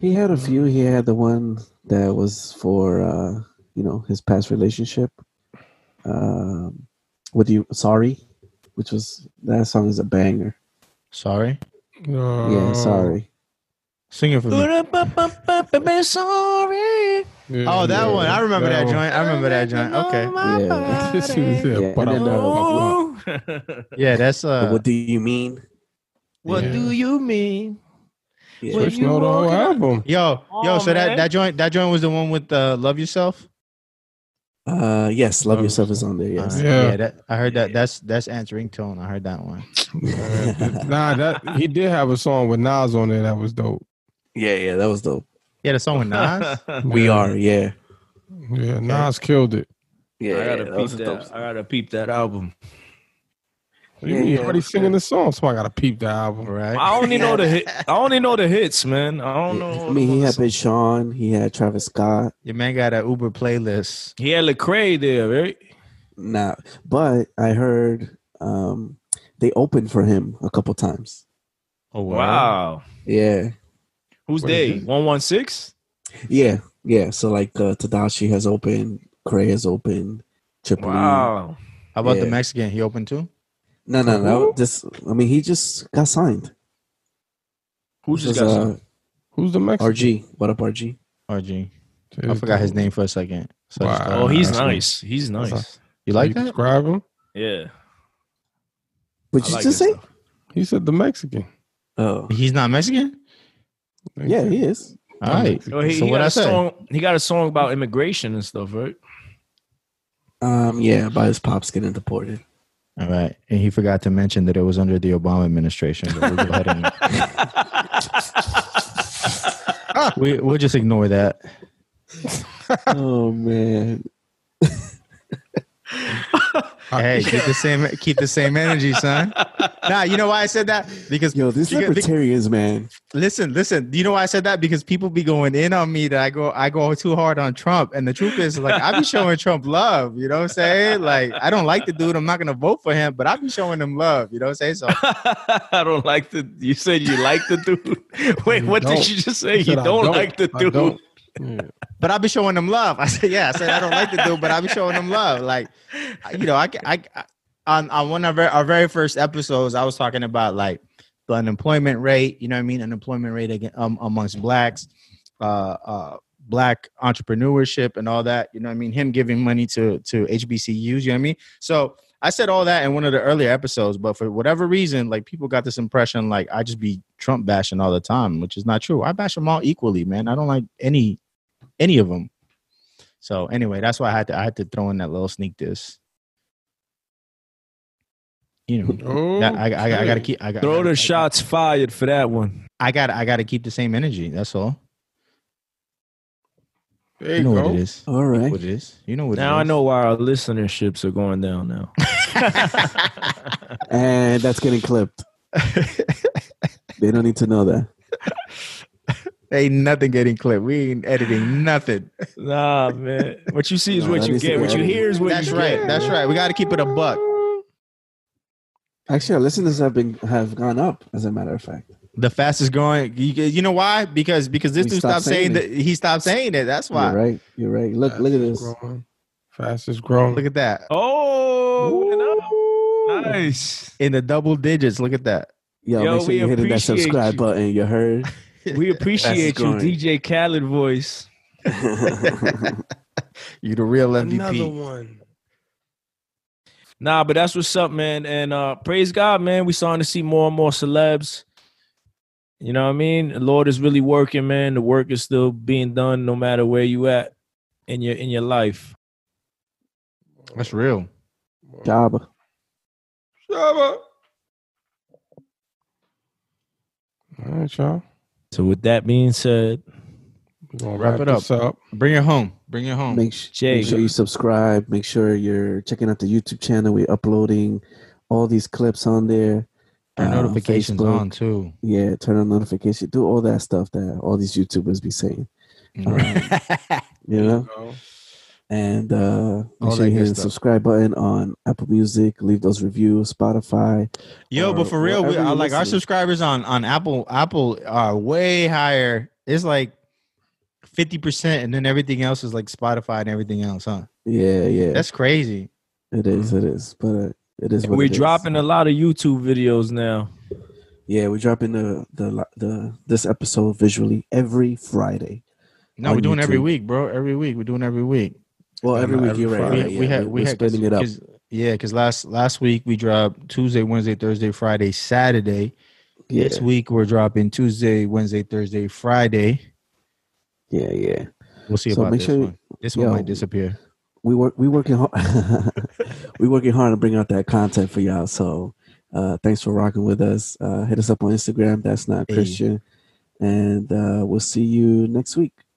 E: he had a few. He had the one that was for, uh, you know, his past relationship. Um, with you, sorry, which was that song is a banger.
C: Sorry,
E: yeah,
B: Uh,
E: sorry.
C: sing it for me.
B: yeah,
C: Oh,
B: yeah,
C: that one. I remember that,
B: one.
C: joint. I remember that joint. Okay.
E: Yeah.
B: <laughs> This is
E: Yeah,
B: it.
E: and
B: But
E: then, uh,
B: I
C: Yeah, that's uh.
E: what do you mean?
A: what
B: Yeah.
A: do you mean?
E: Yeah.
A: What-
B: Chris know the whole
A: walking out-
B: album.
C: Yo, yo,
A: Oh,
C: so that,
A: man.
C: that joint that joint was the one with uh, love yourself.
E: Uh, yes, love
C: Oh,
E: yourself is on there.
C: All
E: Yes.
C: right.
B: Yeah.
C: yeah, that, I heard that. That's that's Ant's ringtone. I heard that one.
B: <laughs> nah, that he did have a song with Nas on there that was dope.
E: Yeah, yeah, that was dope.
C: <laughs> Yeah, the song <laughs> with Nas.
E: We are, yeah,
B: Yeah, Nas killed it.
E: yeah.
A: I gotta
E: that
A: peep
E: was a dope
A: that. I gotta peep that album.
B: You
E: Yeah,
B: mean
E: yeah,
B: already
E: for
B: singing
E: sure.
B: the song, so I gotta peep the album.
C: right.
A: I only know
E: <laughs>
A: the hit. I only know the hits, man. I don't know.
E: song. I mean, he had Big Sean, he had Travis Scott.
C: Your man got an Uber playlist.
A: he had Lecrae there, right?
E: Nah, but I heard um they opened for him a couple times.
C: Oh
A: Wow.
E: Yeah,
A: Who's
B: What is
A: they?
B: it?
A: One one six.
E: yeah, yeah. So like uh, Tadashi has opened, Cray has opened, Triple E.
A: Wow.
C: How about
E: Yeah.
C: the Mexican? He opened too.
E: No, no, no.
B: Who?
E: Just I mean, he just got signed.
A: Who
E: This
A: just
E: is,
A: got some?
E: uh,
B: Who's the Mexican?
E: RG? uh, What up, RG?
C: RG. I forgot his name for a second. So I just
B: Wow.
C: thought-
A: Oh, he's
C: that's cool.
A: nice. He's nice.
C: You
B: Like
C: like
B: you
C: that?
B: describe him?
A: Yeah.
E: Would
A: I
E: you
A: like
E: just
A: this
E: say?
A: stuff.
B: He said the Mexican.
E: Oh,
C: He's not Mexican.
E: yeah, he is.
C: All right.
A: Well, Oh, he,
C: So
A: he
C: what
A: got
C: I
A: a
C: say?
A: song. He got a song about immigration and stuff, <laughs> right?
E: Um, yeah, about his pops getting deported.
A: <laughs>
C: All right. And he forgot to mention that it was under the Obama administration. But we'll, go ahead
A: <laughs>
C: and, we, we'll just ignore that.
E: oh man.
C: Hey, keep the same keep the same
A: <laughs>
C: energy, son. Nah, you know why I said that? Because
E: Yo, these
C: because-
E: libertarians, man.
C: Listen, listen. You know why I said that? Because people be going in on me that I go I go too hard on Trump, and the truth is, like, I be showing Trump love. You know what I'm saying? Like, I don't like the dude. I'm not gonna vote for him, but I be showing him love. You know what I'm saying? So
A: I don't like the. You said you like the <laughs> dude. Wait,
B: You
A: what
B: don't.
A: did you just say?
B: He
A: You
B: said, "I
A: don't, like the
B: I
A: dude.
B: don't." Yeah.
C: but I be showing them love. I said, yeah, I said I don't like the dude, but I be showing them love. Like, I- you know, I, ca- I, I on on one of our, our very first episodes, I was talking about like the unemployment rate. You know what I mean? Unemployment rate again, um, amongst blacks, uh, uh, black entrepreneurship, and all that. You know what I mean? Him giving money to to HBCUs. You know what I mean? So. I said all that in one of the earlier episodes, but for whatever reason, like people got this impression like I just be Trump bashing all the time, which is not true. I bash them all equally, man. I don't like any any of them. So anyway, that's why I had to I had to throw in that little sneak this. You know,
B: Oh,
C: that- I, I, I gotta
B: Okay.
C: keep. I got,
A: Throw
C: I-
A: the shots fired for that one.
C: I got. I gotta keep the same energy. That's all.
B: There
C: You
B: you
C: know
B: go.
C: what it is.
E: All
C: What
E: right.
C: it is. You know what.
A: Now
C: it
A: I
C: is.
A: know why our listenerships are going down now.
E: And that's getting
C: <laughs>
E: clipped. They don't need to know that.
C: Ain't nothing getting clipped. We ain't editing nothing.
A: <laughs> nah, man. What you see is
E: No,
A: what
E: that
A: you
E: needs to
A: get.
E: be
A: What you
E: edited.
A: hear is what
C: That's
A: you
C: right.
A: get.
C: That's right. We gotta keep it a buck.
E: Actually, our listeners have been have gone up. As a matter of fact,
C: The fastest growing. You, you know why? Because because this
E: We
C: dude
E: stopped
C: stopped saying
E: saying
C: that. He stopped saying it. That's why.
E: you're right. You're right. Look, look at this.
B: Fastest growing. Fastest growing.
C: Look at that.
A: Oh, went up. nice.
C: In the double digits. Look at that.
E: Yo,
A: Yo,
E: make sure
A: we
E: you're hitting that
A: appreciate
E: subscribe
A: you.
E: button. You heard? <laughs>
A: We appreciate you,
E: growing.
A: DJ Khaled voice.
C: You the real MVP.
B: Another one.
A: Nah, but that's what's up, man. And uh praise God, man. We starting to see more and more celebs. You know what I mean? The Lord is really working, man. The work is still being done no matter where you at in your in your life.
C: That's real.
E: Job.
B: Shabba. All right, y'all.
A: So with that being said,
B: We're gonna
C: Wrap
B: wrap,
C: it
B: it up. up.
C: Bring it home. Bring it home.
E: Make, sh-
A: Jay.
E: make sure you subscribe. Make sure you're checking out the YouTube channel. We're uploading all these clips on there.
C: Turn
E: Uh,
C: notifications
E: Facebook.
C: on too.
E: Yeah, turn on notification. Do all that stuff that all these YouTubers be saying. <laughs> You know. And uh, make
C: All
E: sure
C: that
E: you
C: good
E: hit the
C: stuff.
E: subscribe button on Apple Music. Leave those reviews, Spotify.
C: Yo, but
E: Or
C: for real, we,
E: wherever
C: I
E: you're
C: like our
E: listening.
C: subscribers on on Apple. Apple are way higher. It's like fifty percent, and then everything else is like Spotify and everything else, huh?
E: Yeah, yeah,
C: That's crazy.
E: it is, it is. But uh, it is. What
A: we're
E: it is.
A: dropping a lot of YouTube videos now.
E: Yeah, we're dropping the the li- the this episode visually every Friday.
C: No,
E: On
C: we're doing every
E: YouTube.
C: week, bro. Every week, we're doing every week.
E: Well, every
B: not
E: week.
B: every
E: you're right.
B: Friday.
E: right,
C: we,
E: yeah,
C: we had
E: we're-
C: we
E: we're
C: had
E: splitting it up.
C: Cause, yeah, because last last week we dropped Tuesday, Wednesday, Thursday, Friday, Saturday.
E: Yeah,
C: This week we're dropping Tuesday, Wednesday, Thursday, Friday.
E: yeah, yeah.
C: We'll see
E: So
C: about
E: make
C: this
E: sure you-
C: one. This one
E: yo.
C: might disappear.
E: We work. We working
C: <laughs>
E: hard. <laughs> we working hard to bring out that content for y'all. So, uh, thanks for rocking with us. Uh, hit us up on Instagram. That's not
C: Hey.
E: Christian. And uh, we'll see you next week.